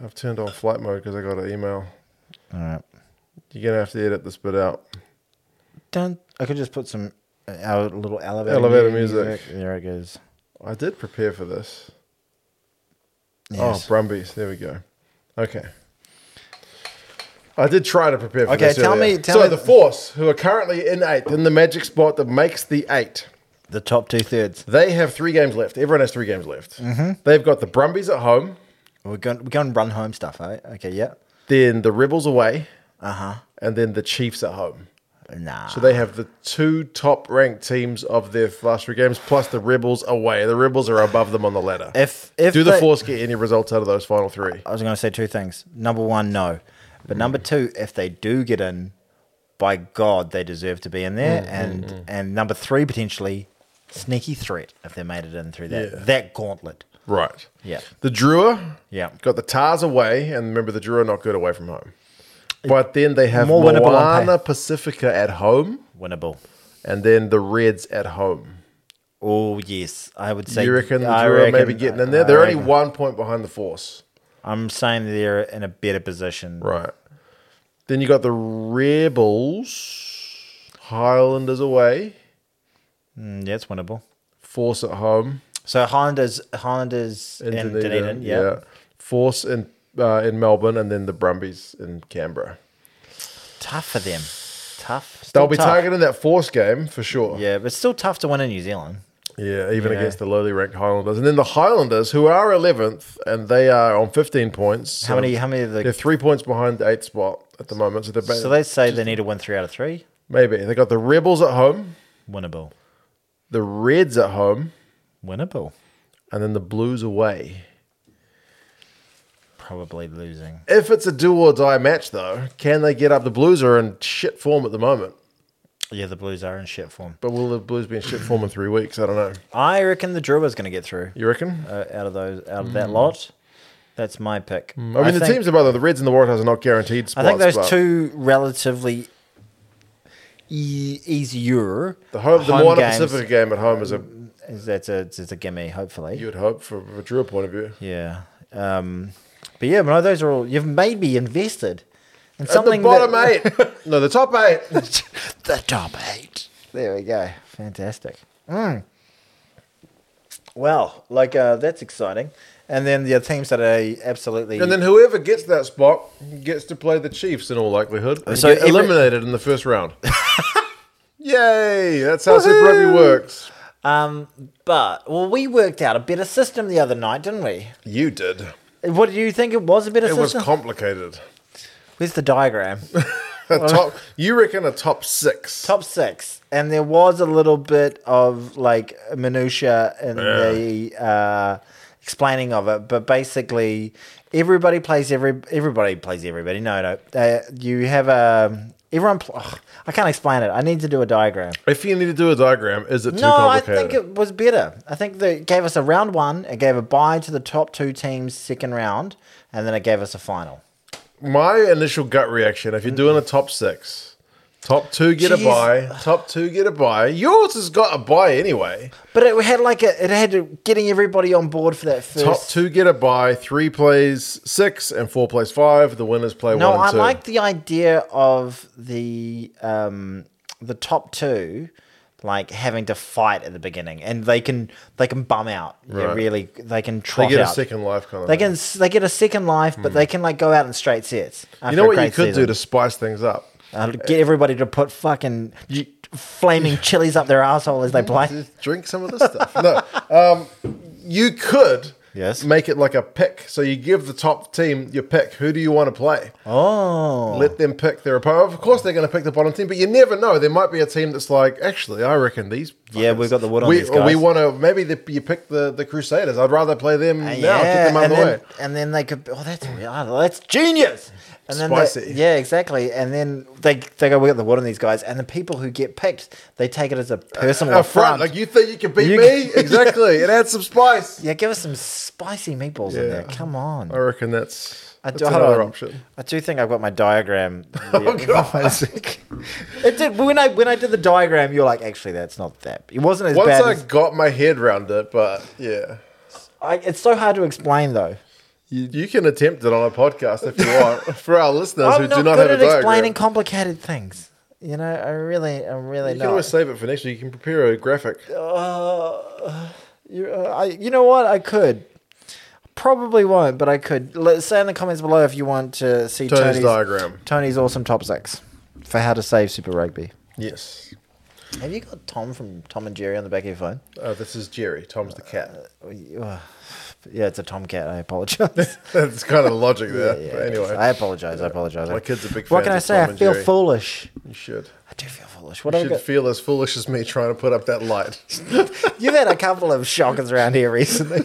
I've turned on flight mode because I got an email.
All right.
You're going to have to edit this bit out.
Dun. I could just put some uh, our little elevator,
Elevator music.
There it goes.
I did prepare for this.
Yes.
Oh, Brumbies. There we go. Okay. I did try to prepare for
Okay,
this.
tell
earlier.
me- tell
so
me-
the Force, who are currently in eighth, in the magic spot that makes the eight,
the top two thirds.
they have three games left. Everyone has three games left.
Mm-hmm.
They've got the Brumbies at home,
We're going. We're going run home stuff. Right? Okay. Yeah.
then the Rebels away,
Uh huh.
and then the Chiefs at home.
Nah.
So they have the two top ranked teams of their last three games, plus the Rebels away. The Rebels are above them on the ladder.
if if
Do the
they-
Force get any results out of those final three?
I was going to say two things. Number one, no. But number two, if they do get in, by God, they deserve to be in there.
Mm,
and and number three, potentially sneaky threat if they made it in through that
Yeah.
that gauntlet.
Right.
Yeah.
The Drua.
Yeah.
Got the Tars away, and remember the Drua not good away from home. But then they have
More winnable on
Moana Pacifica at home,
Winnable.
and then the Reds at home.
Oh yes, I would say.
you reckon the
I
Drua may be
reckon-
getting in there?
I
They're only
reckon-
one point behind the Force.
I'm saying they're in a better position.
Right. Then you got the Rebels, Highlanders away,
Mm, yeah, it's winnable.
Force at home,
So Highlanders, Highlanders
in
and Dunedin,
Dunedin,
yeah.
Force in uh, in Melbourne, and then the Brumbies in Canberra.
tough for them. Tough. Still
They'll be
tough.
targeting that Force game for sure.
Yeah, but it's still tough to win in New Zealand.
Yeah, even
Yeah.
against the lowly ranked Highlanders, and then the Highlanders, who are eleventh, and they are on fifteen points.
How many? How many of
They're
the?
three points behind the eighth spot at the moment. So, they're
So they say they need to win three out of three.
maybe they got the Rebels at home,
Winnable.
the Reds at home,
Winnable.
and then the Blues away.
Probably losing.
If it's a do or die match, though, can they get up? The Blues are in shit form at the moment,
Yeah, the Blues are in shit form.
but will the Blues be in shit form in three weeks? I don't know.
I reckon the Drua is going to get through
You reckon?
uh, out of those out of that lot. That's my pick.
Mm. I mean, the
think,
teams above them, the Reds and the Waratahs are not guaranteed
I
spots.
think those
but
two relatively e- easier.
The home, the
home
Moana
games
Pacifica game at home is a
is that's a it's a gimme. Hopefully,
you would hope from a Drew point of view.
yeah. Um, but yeah, no, those are all. You've made me invested in
At the
something.
bottom
that,
eight. no, the top eight.
the top eight. There we go. Fantastic. Mm. Well, like uh, that's exciting. And then the teams that are absolutely
And then whoever gets that spot gets to play the Chiefs in all likelihood. And
So
get
every-
eliminated in the first round. Yay! That's how Super Rugby
Woohoo!
works.
um but well we worked out a better system the other night, didn't we?
You did.
What do you think it was a better
It was
system?
complicated.
Where's the diagram?
A top, you reckon a top six?
Top six. And there was a little bit of like minutia in the uh explaining of it, but basically everybody plays every everybody plays everybody. No, no. Uh, you have a everyone pl- ugh, I can't explain it. I need to do a diagram.
If you need to do a diagram, is it too
No, I
complicated?
think it was better. I think they gave us a round one. It gave a bye to the top two teams second round, and then it gave us a final.
My initial gut reaction, if you're doing a top six, Top two get a
Jeez.
buy. Top two get a buy. Yours has got a buy anyway.
But it had like a, it had getting everybody on board for that first.
Top two get a buy. Three plays six and four plays five. The winners play
No,
one and
I
two.
like the idea of the um, the top two like having to fight at the beginning, and they can they can bum out. Yeah,
Right.
really, they can
they
trot
get a
out.
second life kind of.
They
thing.
can they get a second life, but they can like go out in straight sets.
You know what you could do to spice things up?
uh, get everybody to put fucking j- flaming chilies up their asshole as they play.
Just drink some of this stuff. No, um, you could
Yes.
make it like a pick. So you give the top team your pick. Who do you want to play?
Oh,
Let them pick their opponent. Of course, they're going to pick the bottom team, but you never know. There might be a team that's like, actually, I reckon these.
Yeah,
fuckers-
we've got the wood on
we,
these
or We
guys."
want to maybe the, you pick the, the Crusaders. I'd rather play them now. Get them out
Uh, and
of the
then,
way.
And then they could. Oh, that's really- oh, that's genius. And then they-
Spicy.
yeah, exactly. And then they they go we got the wood on these guys, and the people who get picked, they take it as a personal
Up front,
affront.
like you think you can beat
You
me? exactly. It adds some spice.
yeah, give us some spicy meatballs in there.
Yeah.
Come on.
I reckon that's,
I
that's
do- hold
another
on.
option.
I do think I've got my diagram.
Oh, God.
it did when I when I did the diagram. You're like, actually, that's not that. It wasn't as
Once
bad.
I
as,
got my head round it, but yeah.
I, it's so hard to explain though.
You, you can attempt it on a podcast if you want. For our listeners
I'm
who
not
do not
good
have
at
a diagram,
explaining
you
complicated things. You know, I really, I really
can
not.
always save it for next week. You can prepare a graphic.
Uh, you, uh, I, you know what? I could. Probably won't, but I could. Let, say in the comments below if you want to see
Tony's
Tony's,
diagram.
Tony's awesome top six for how to save Super Rugby.
Yes.
Have you got Tom from Tom and Jerry on the back of your phone?
Uh, this is Jerry. Tom's the cat.
Oh, you- uh, Yeah, it's a Tomcat. I apologize.
That's kind of the logic there.
Yeah,
but anyway,
I apologize. I apologize.
My kid's a big
What
fan
can I
of
say?
Tom
I
and
feel
Jerry.
foolish.
you should.
I do feel foolish. What
You
have I
should
got?
feel as foolish as me trying to put up that light.
You've had a couple of shockers around here recently.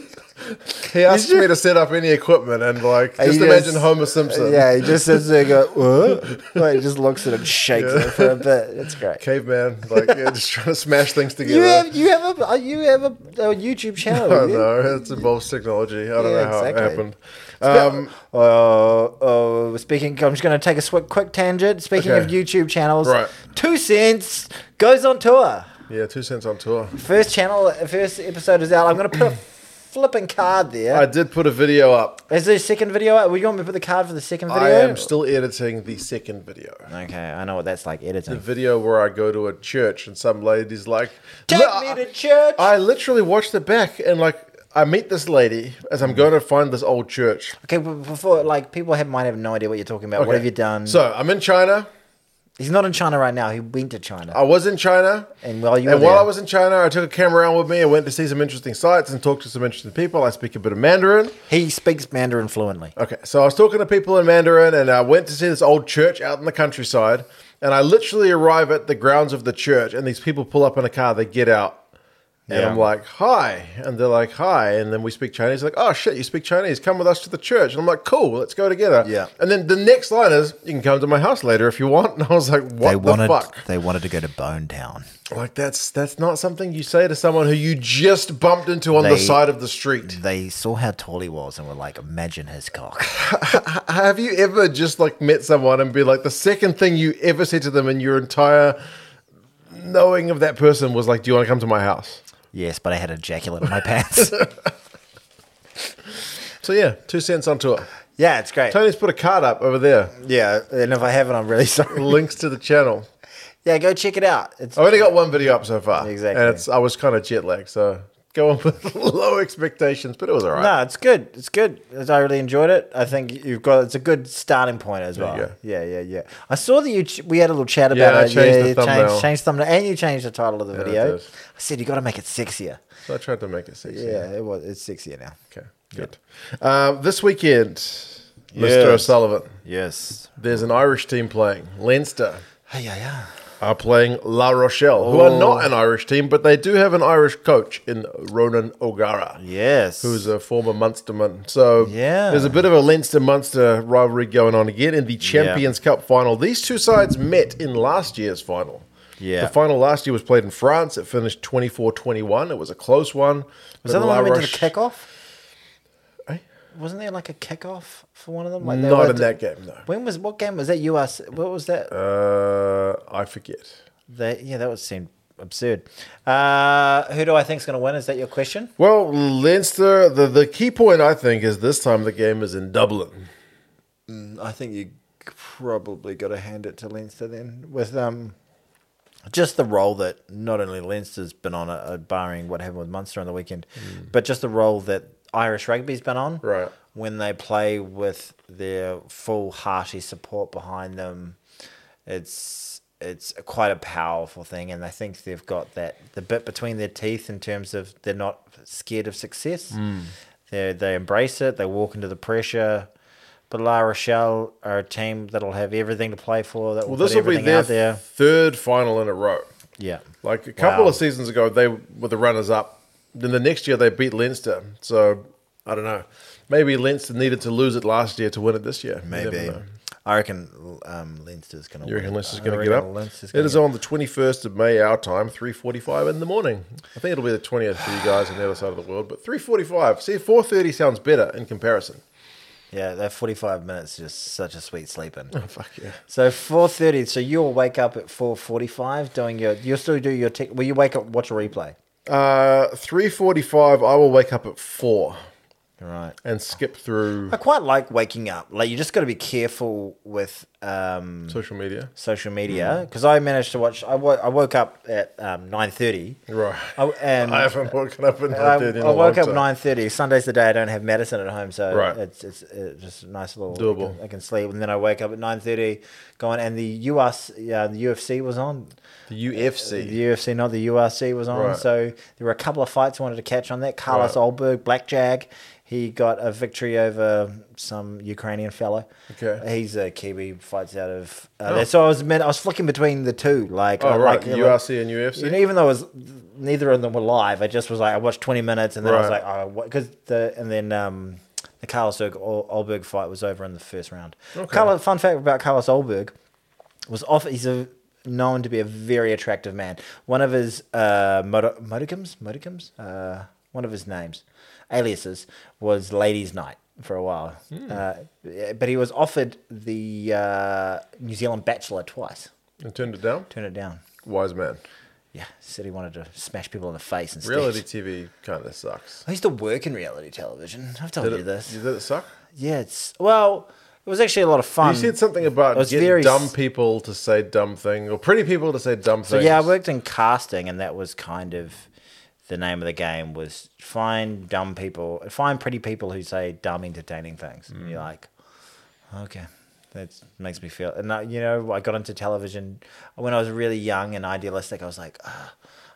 He asked me to set up any equipment and like
He
just imagine
just-
Homer Simpson,
Yeah, he just sits there and goes, "What?" like, he just looks at it and shakes it for a bit. It's great.
caveman, like yeah, just trying to smash things together.
You have you have a uh, you have a, a YouTube channel.
I
you?
know it involves technology. I
Yeah,
don't know how
exactly.
it happened. Um,
Uh, uh, speaking, I'm just going to take a swi- quick tangent. Speaking of
Okay.
YouTube channels,
Right.
Two Cents goes on tour.
yeah, two cents on tour.
First channel, first episode is out. I'm going to put a flipping card
I
there.
did put a video up.
Is there a second video out? Would you want me to put the card for the second video?
I am still editing the second video.
okay, I know what that's like
The
editing.
video where I go to a church and some lady's like,
Take
"Look,
me to church.
I literally watched it back and like I meet this lady as I'm going to find this old church.
Okay, but before like people have, might have no idea what you're talking about. What
Okay.
have you done?
So I'm in China.
he's not in China right now. He went to China,
I was in China.
and while you were
and while
there-
I was in China, I took a camera around with me. I went to see some interesting sites and talked to some interesting people. I speak a bit of Mandarin.
he speaks Mandarin fluently.
Okay, so I was talking to people in Mandarin, and I went to see this old church out in the countryside. And I literally arrive at the grounds of the church, and these people pull up in a car. They get out, and
Yeah.
I'm like, "Hi," and they're like, "Hi," and then we speak Chinese. Like, "Oh shit, you speak Chinese? Come with us to the church." And I'm like, "Cool, let's go together."
Yeah.
And then the next line is, "You can come to my house later if you want." And I was like, "What
they
the
wanted
fuck?"
they wanted to go to Bone Town.
Like that's that's not something you say to someone who you just bumped into on the
They-
side of the street.
They saw how tall he was and were like, "Imagine his cock."
Have you ever just like met someone and be like the second thing you ever said to them in your entire knowing of that person was like, "Do you want to come to my house?"
yes, but I had ejaculate in my pants.
So yeah, two cents on tour.
yeah, it's great.
Tony's put a card up over there.
Yeah, and if I haven't, I'm really sorry. Oh,
Links to the channel.
Yeah, go check it out. It's
I've only got one video up so far.
Exactly.
And it's I was kind of jet lagged, so going with low expectations, but it was all right.
no, it's good. It's good. I really enjoyed it. I think you've got it's a good starting point as well.
you go.
Yeah, yeah, yeah. I saw that you ch- we had a little chat
Yeah,
about
I
it.
changed the
you
thumbnail.
Changed, changed thumbnail, and you changed the title of the
I
video. I,
did.
said you got to make it sexier.
So I tried to make it sexy.
Yeah, it was. It's sexier now.
Okay. Good. Um, this weekend, Mr.
Yes.
O'Sullivan,
Yes.
there's an Irish team playing Leinster.
Hey, yeah, yeah.
are playing La Rochelle, who are
Oh.
not an Irish team, but they do have an Irish coach in Ronan O'Gara,
Yes.
who's a former Munsterman. So
Yeah.
there's a bit of a Leinster Munster rivalry going on again in the Champions Cup final. These two sides met in last year's final.
Yeah.
The final last year was played in France. It finished 24 21. It was a close one.
was that the one that went to the kickoff?
Eh?
wasn't there like a kickoff for one of them? Like they
Not
were-
in that game, no.
When was what game was that? US. What was that?
Uh, I forget.
That yeah, that would seem absurd. Uh, who do I think's going to win? Is that your question?
Well, Leinster, the, the key point I think is this time the game is in Dublin.
I think you probably got to hand it to Leinster then with um just the role that not only Leinster's been on, uh, barring what happened with Munster on the weekend, but just the role that Irish rugby's been on.
Mm. Right.
When they play with their full hearty support behind them, it's it's quite a powerful thing, and I think they've got that the bit between their teeth in terms of they're not scared of success.
Mm.
They they embrace it. They walk into the pressure. But La Rochelle are a team that'll have everything to play for. That will
Well, this
put
will be
everything
their
out there.
third final in a row.
Yeah.
Like a couple
Wow.
of seasons ago, they were the runners up. Then the next year, they beat Leinster. So I don't know. Maybe Leinster needed to lose it last year to win it this year. You never
Maybe.
know.
I reckon um, Leinster's going to
You reckon
win.
Leinster's
I
going to get
reckon
up?
Leinster's
It
gonna
is on the 21st of May, our time, 3.45 in the morning. I think it'll be the 20th for you guys on the other side of the world, but 3.45. See, 4.30 sounds better in comparison.
get- yeah, that 45 minutes is just such a sweet sleep in.
Fuck yeah.
so 4.30, so you'll wake up at 4.45 doing your, you'll still do your, tech, will you wake up, watch a replay?
Uh, 3.45, I will wake up at 4
Right.
and skip through
I quite like waking up. Like, you just got to be careful with, um,
social media.
social media
Hmm.
because I managed to watch. I, wo- I woke up at um, nine thirty.
Right.
I, and
I haven't woken up at
and I,
9.30 in a
Um, I woke
long
up
time.
nine thirty. Sunday's the day I don't have medicine at home, so
Right.
it's, it's it's just a nice little
Doable.
I can, I can sleep, and then I wake up at nine thirty, going. And the US, yeah, the UFC was on. Uh,
The
The
UFC.
UFC, not the URC, was on.
Right.
So there were a couple of fights I wanted to catch on that. Carlos
Right.
Olberg, Blackjack, he got a victory over some Ukrainian fellow.
Okay.
he's a Kiwi, fights out of. Uh,
Oh.
there. So I was meant, I was flicking between the two, like
Oh,
I-
right.
like,
URC and
you
UFC.
know, even though it was neither of them were live, I just was like I watched twenty minutes and then I was
Right.
like, oh, because the and then um, the Carlos Olberg, Olberg fight was over in the first round.
Okay.
Carlos, fun fact about Carlos Olberg was off. He's a known to be a very attractive man. One of his uh, moto- modicums, modicums, uh, one of his names, aliases was Ladies' Night for a while.
Hmm.
Uh, yeah, but he was offered the uh, New Zealand Bachelor twice.
And turned it down.
Turned it down.
Wise man.
Yeah, said he wanted to smash people in the face instead.
Reality TV kind of sucks.
I used to work in reality television. I've told
Did
you
it,
this.
did it suck?
Yeah, it's well, it was actually a lot of fun.
You said something about
Um, It was
get
very
dumb
s-
people to say dumb thing or pretty people to say dumb
So
things.
yeah, I worked in casting, and that was kind of the name of the game was find dumb people, find pretty people who say dumb, entertaining things. And you're like, okay, that makes me feel. And I, you know, I got into television when I was really young and idealistic. I was like. ah,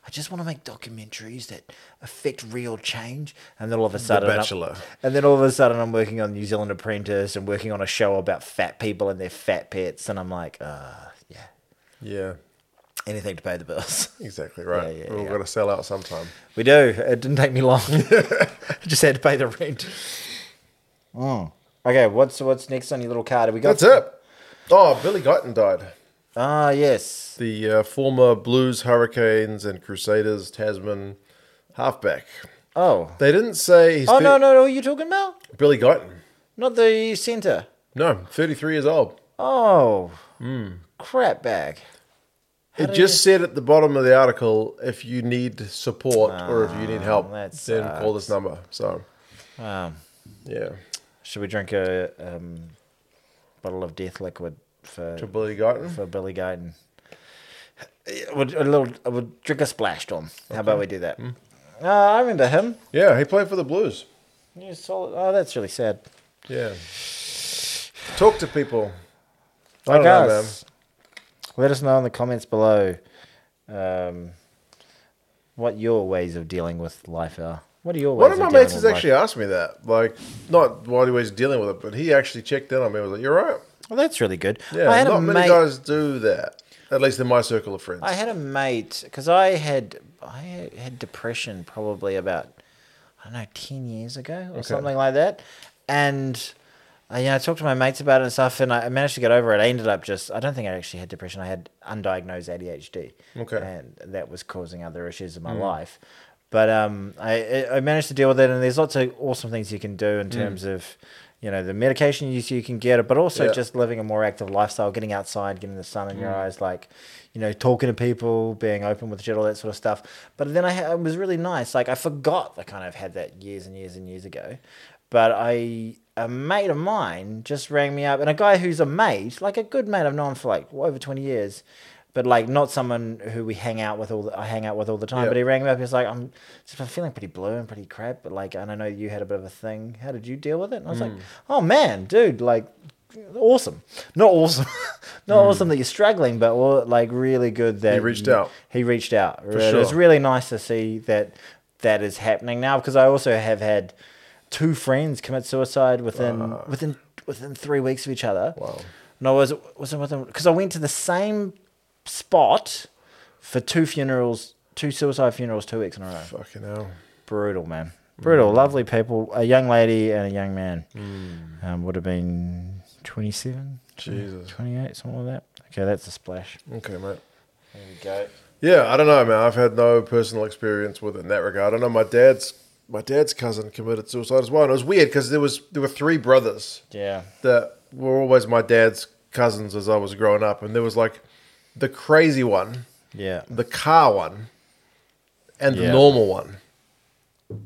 I just want to make documentaries that affect real change, and then all of a sudden, I'm-
Bachelor.
and then all of a sudden, I'm working on New Zealand Apprentice and working on a show about fat people and their fat pets, and I'm like, uh, yeah,
Yeah,
anything to pay the bills.
exactly right.
Yeah, yeah,
We're
yeah.
going to sell out sometime.
We do. It didn't take me long. I just had to pay the rent. Oh. Okay, what's what's next on your little card? Have we got
That's it. Oh, Billy Guyton died.
Ah, yes.
The uh, former Blues, Hurricanes, and Crusaders Tasman halfback.
Oh.
They didn't say. He's
Oh
thir-
no no no! Are you talking about
Billy Guyton.
not the center?
No, 33 years old.
Oh. Crap bag.
It just said at the bottom of the article if you need support or if you need help, then
that
call this number. So,
Ah, Um,
yeah,
should we drink a um, bottle of death liquid for
to Billy Guyton.
for Billy Guyton? Yeah, we'll- A little. We'll drink a splashed on. How about we do that? Uh, I remember him.
Yeah, he played for the Blues.
He was solid. Oh, that's really sad.
Yeah. Talk to people. I
Like
don't know, man.
us. Let us know in the comments below um, what your ways of dealing with life are. What are your ways?
One of my
dealing
mates has
with life?
actually asked me that. Like, not while he was dealing with it, but he actually checked in on me and was like, You're right.
Well, Oh, that's really good.
Yeah,
I had
not
a
many
mate.
guys do that. At least in my circle of friends.
I had a mate because I had I had depression probably about I don't know ten years ago or something like that, and. I, you know, I talked to my mates about it and stuff, and I I managed to get over it. I ended up just—I don't think I actually had depression. I had undiagnosed ADHD,
Okay. Mm.
and that was causing other issues in my life. But um, I, I I managed to deal with it, and there's lots of awesome things you can
Mm.
do in terms of, you know, the medication use you can get, but also
Yeah.
just living a more active lifestyle, getting outside, getting the sun in your eyes, like, you know, talking to people, being open with shit, all that sort of stuff. But then I ha- it was really nice. Like I forgot I kind of had that years and years and years ago, but I a mate of mine just rang me up, and a guy who's a mate, like a good mate I've known for like over twenty years, but like not someone who we hang out with all the, I hang out with all the time.
Yeah.
But he rang me up. He was like, "I'm, just- I'm feeling pretty blue and pretty crap, but like, and I know you had a bit of a thing. How did you deal with it?" And I was like, "Oh man, dude, like, awesome. Not awesome, not awesome that you're struggling, but well, like really good that
Hmm. reached
you-
out.
He reached out. Really- It's
sure.
really nice to see that that is happening now because I also have had two friends commit suicide within
Uh.
within within three weeks of each other. Wow. And I was wasn't with them because I went to the same spot for two funerals, two suicide funerals, two weeks in a row.
Fucking hell.
Brutal, man. Brutal.
Mm.
Lovely people. A young lady and a young man. Um, would have been 27,
Mm. Jesus.
28, something like that. Okay, that's a splash.
Okay, mate.
There we go.
Yeah, I don't know, man. I've had no personal experience with it in that regard. I know my dad's my dad's cousin committed suicide as well, and it was weird because there was there were three brothers
Yeah.
that were always my dad's cousins as I was growing up, and there was like the crazy one,
Yeah.
the car one, and the
Yeah.
normal one.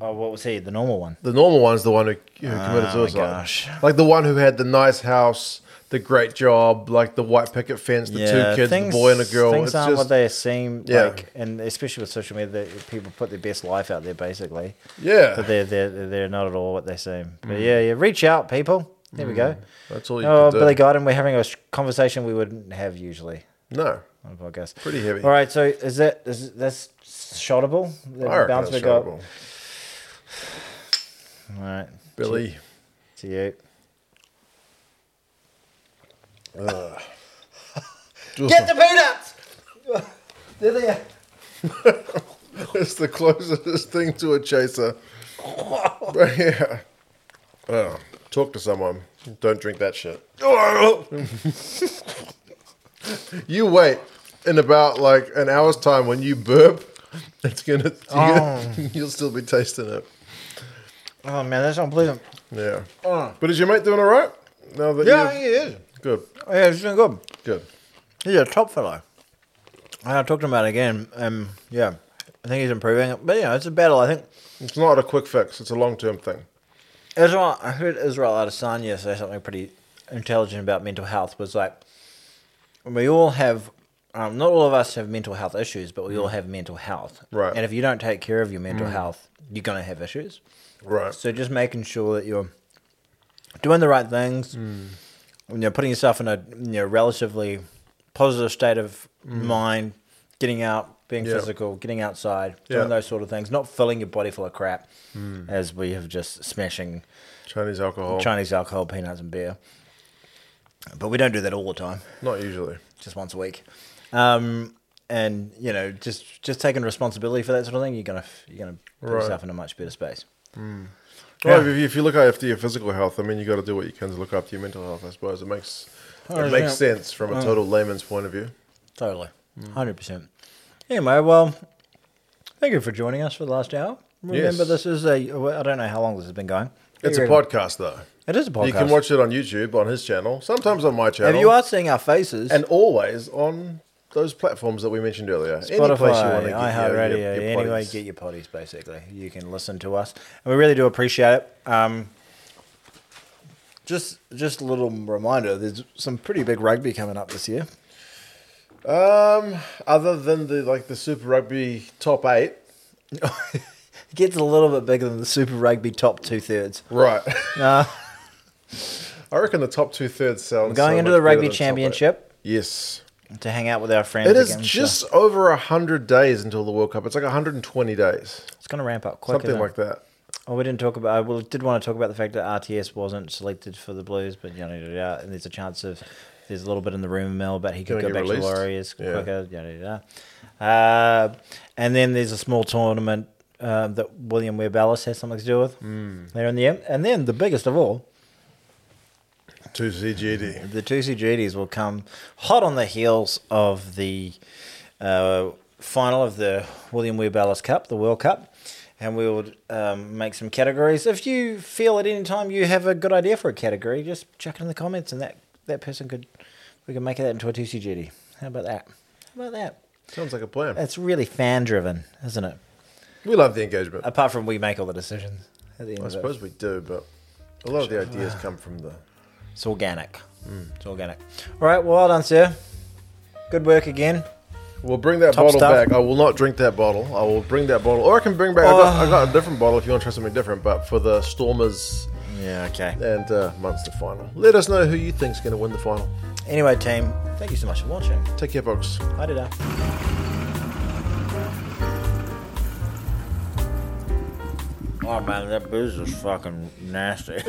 Oh, what was he? The normal one.
The normal one's the one who, who
Oh,
committed
my
suicide.
gosh.
Like the one who had the nice house, the great job, like the white picket fence, the two kids, the boy and a girl.
Things
It's
aren't
just,
what they seem
Yeah.
like, and especially with social media, that people put their best life out there basically. But
yeah,
they're, they're, they're not at all what they seem. But yeah, yeah, reach out, people. There we go.
that's all you
Oh,
can Mm. do.
Billy Guyton, we're having a sh- conversation we wouldn't have usually
no,
on a podcast.
pretty heavy.
All right, so is that is that's shottable? The
I reckon
bounce
that's
we got-
terrible.
All right,
Billy.
to you. Get the peanuts. They're there.
It's the closest thing to a chaser. but yeah. Oh, talk to someone. Don't drink that shit. you wait in about like an hour's time when you burp, it's gonna you're gonna- you'll still be tasting it.
Oh man, that's unpleasant.
Yeah.
Oh.
But is your mate doing all right? Now that
Yeah,
you've-
he is.
good,
Yeah, it's doing good.
good.
He's a top fellow. And I talked to him about it again. Um, yeah, I think he's improving. But yeah, it's a battle. I think
It's not a quick fix. It's a long term thing.
Israel. I heard Israel Adesanya say something pretty intelligent about mental health. Was like, we all have, um, not all of us have mental health issues, but we all have mental health.
Mm. Right. Mm.
And if you don't take care of your mental health, you're gonna have issues.
Right.
So just making sure that you're doing the right things,
Mm.
you know, putting yourself in a you know, relatively positive state of mind, getting out, being
Mm. Yeah.
physical, getting outside,
Yeah. Mm.
doing those sort of things, not filling your body full of crap as we have just smashing
Chinese alcohol.
Chinese alcohol, peanuts, and beer. But we don't do that all the time
Not usually.
just once a week. Um, and you know, just just taking responsibility for that sort of thing, you're gonna you're gonna put
Right.
yourself in a much better space.
Well,
Yeah.
if you, if you look after your physical health, I mean, you got to do what you can to look after your mental health. I suppose it makes it
Oh, yeah. Oh.
makes sense from a total layman's point of view.
Totally.
Mm.
100%. Anyway, well, thank you for joining us for the last hour. Remember,
Yes.
this is a, well, I don't know how long this has been going.
It's a podcast, though.
It is a podcast.
You can watch it on YouTube, on his channel, sometimes on my channel,
If you are seeing our faces,
and always on those platforms that we mentioned earlier. Any place you wanna
Spotify,
get
iHeartRadio,
your- your- your
anyway,
podcasts.
get your potties, basically. You can listen to us. And we really do appreciate it. Um, just, just a little reminder there's some pretty big rugby coming up this year.
Um, other than the like the Super Rugby top eight,
It gets a little bit bigger than the Super Rugby top two thirds.
right?
Uh,
I reckon the top two thirds sounds.
we're going
so
into
much
the Rugby
better than top eight.
Championship.
Yes.
to hang out with our friends. uh,
It is
again, so
just over a 100 days until the World Cup. It's like 120 days,
it's going to ramp up quick.
something like that.
Oh, we didn't talk about. I well, did want to talk about the fact that RTS wasn't selected for the Blues, but you know, yada, yada, and there's a chance of there's a little bit in the rumor mill, but he could go
Gonna get
back
released.
to Warriors
Yeah.
quicker. Yada, yada, yada. Uh, and then there's a small tournament uh, that William Webb Ellis has something to do with
Hmm.
later in the year. And then the biggest of all,
To E CGD.
The two CGDs will come hot on the heels of the uh, final of the William Weir Ballas Cup, the World Cup, and we will um, make some categories. If you feel at any time you have a good idea for a category, just chuck it in the comments, and that, that person could we can make that into a two CGD. How about that? How about that?
Sounds like a plan.
It's really fan driven, isn't it?
We love the engagement.
Apart from we make all the decisions at the end.
I
of it.
suppose we do, but a lot of the ideas come from the.
It's organic. It's organic. All right. Well, well done, sir. Good work again.
We'll bring that
Top
bottle
stuff.
back. I will not drink that bottle. I will bring that bottle, or I can bring back. I, got, I got a different bottle if you want to try something different. But for the Stormers
Yeah. Okay.
and uh, Munster final, let us know who you think's going to win the final.
Anyway, team, thank you so much for watching.
Take care, folks.
Hi, did I? Oh man, that booze is fucking nasty.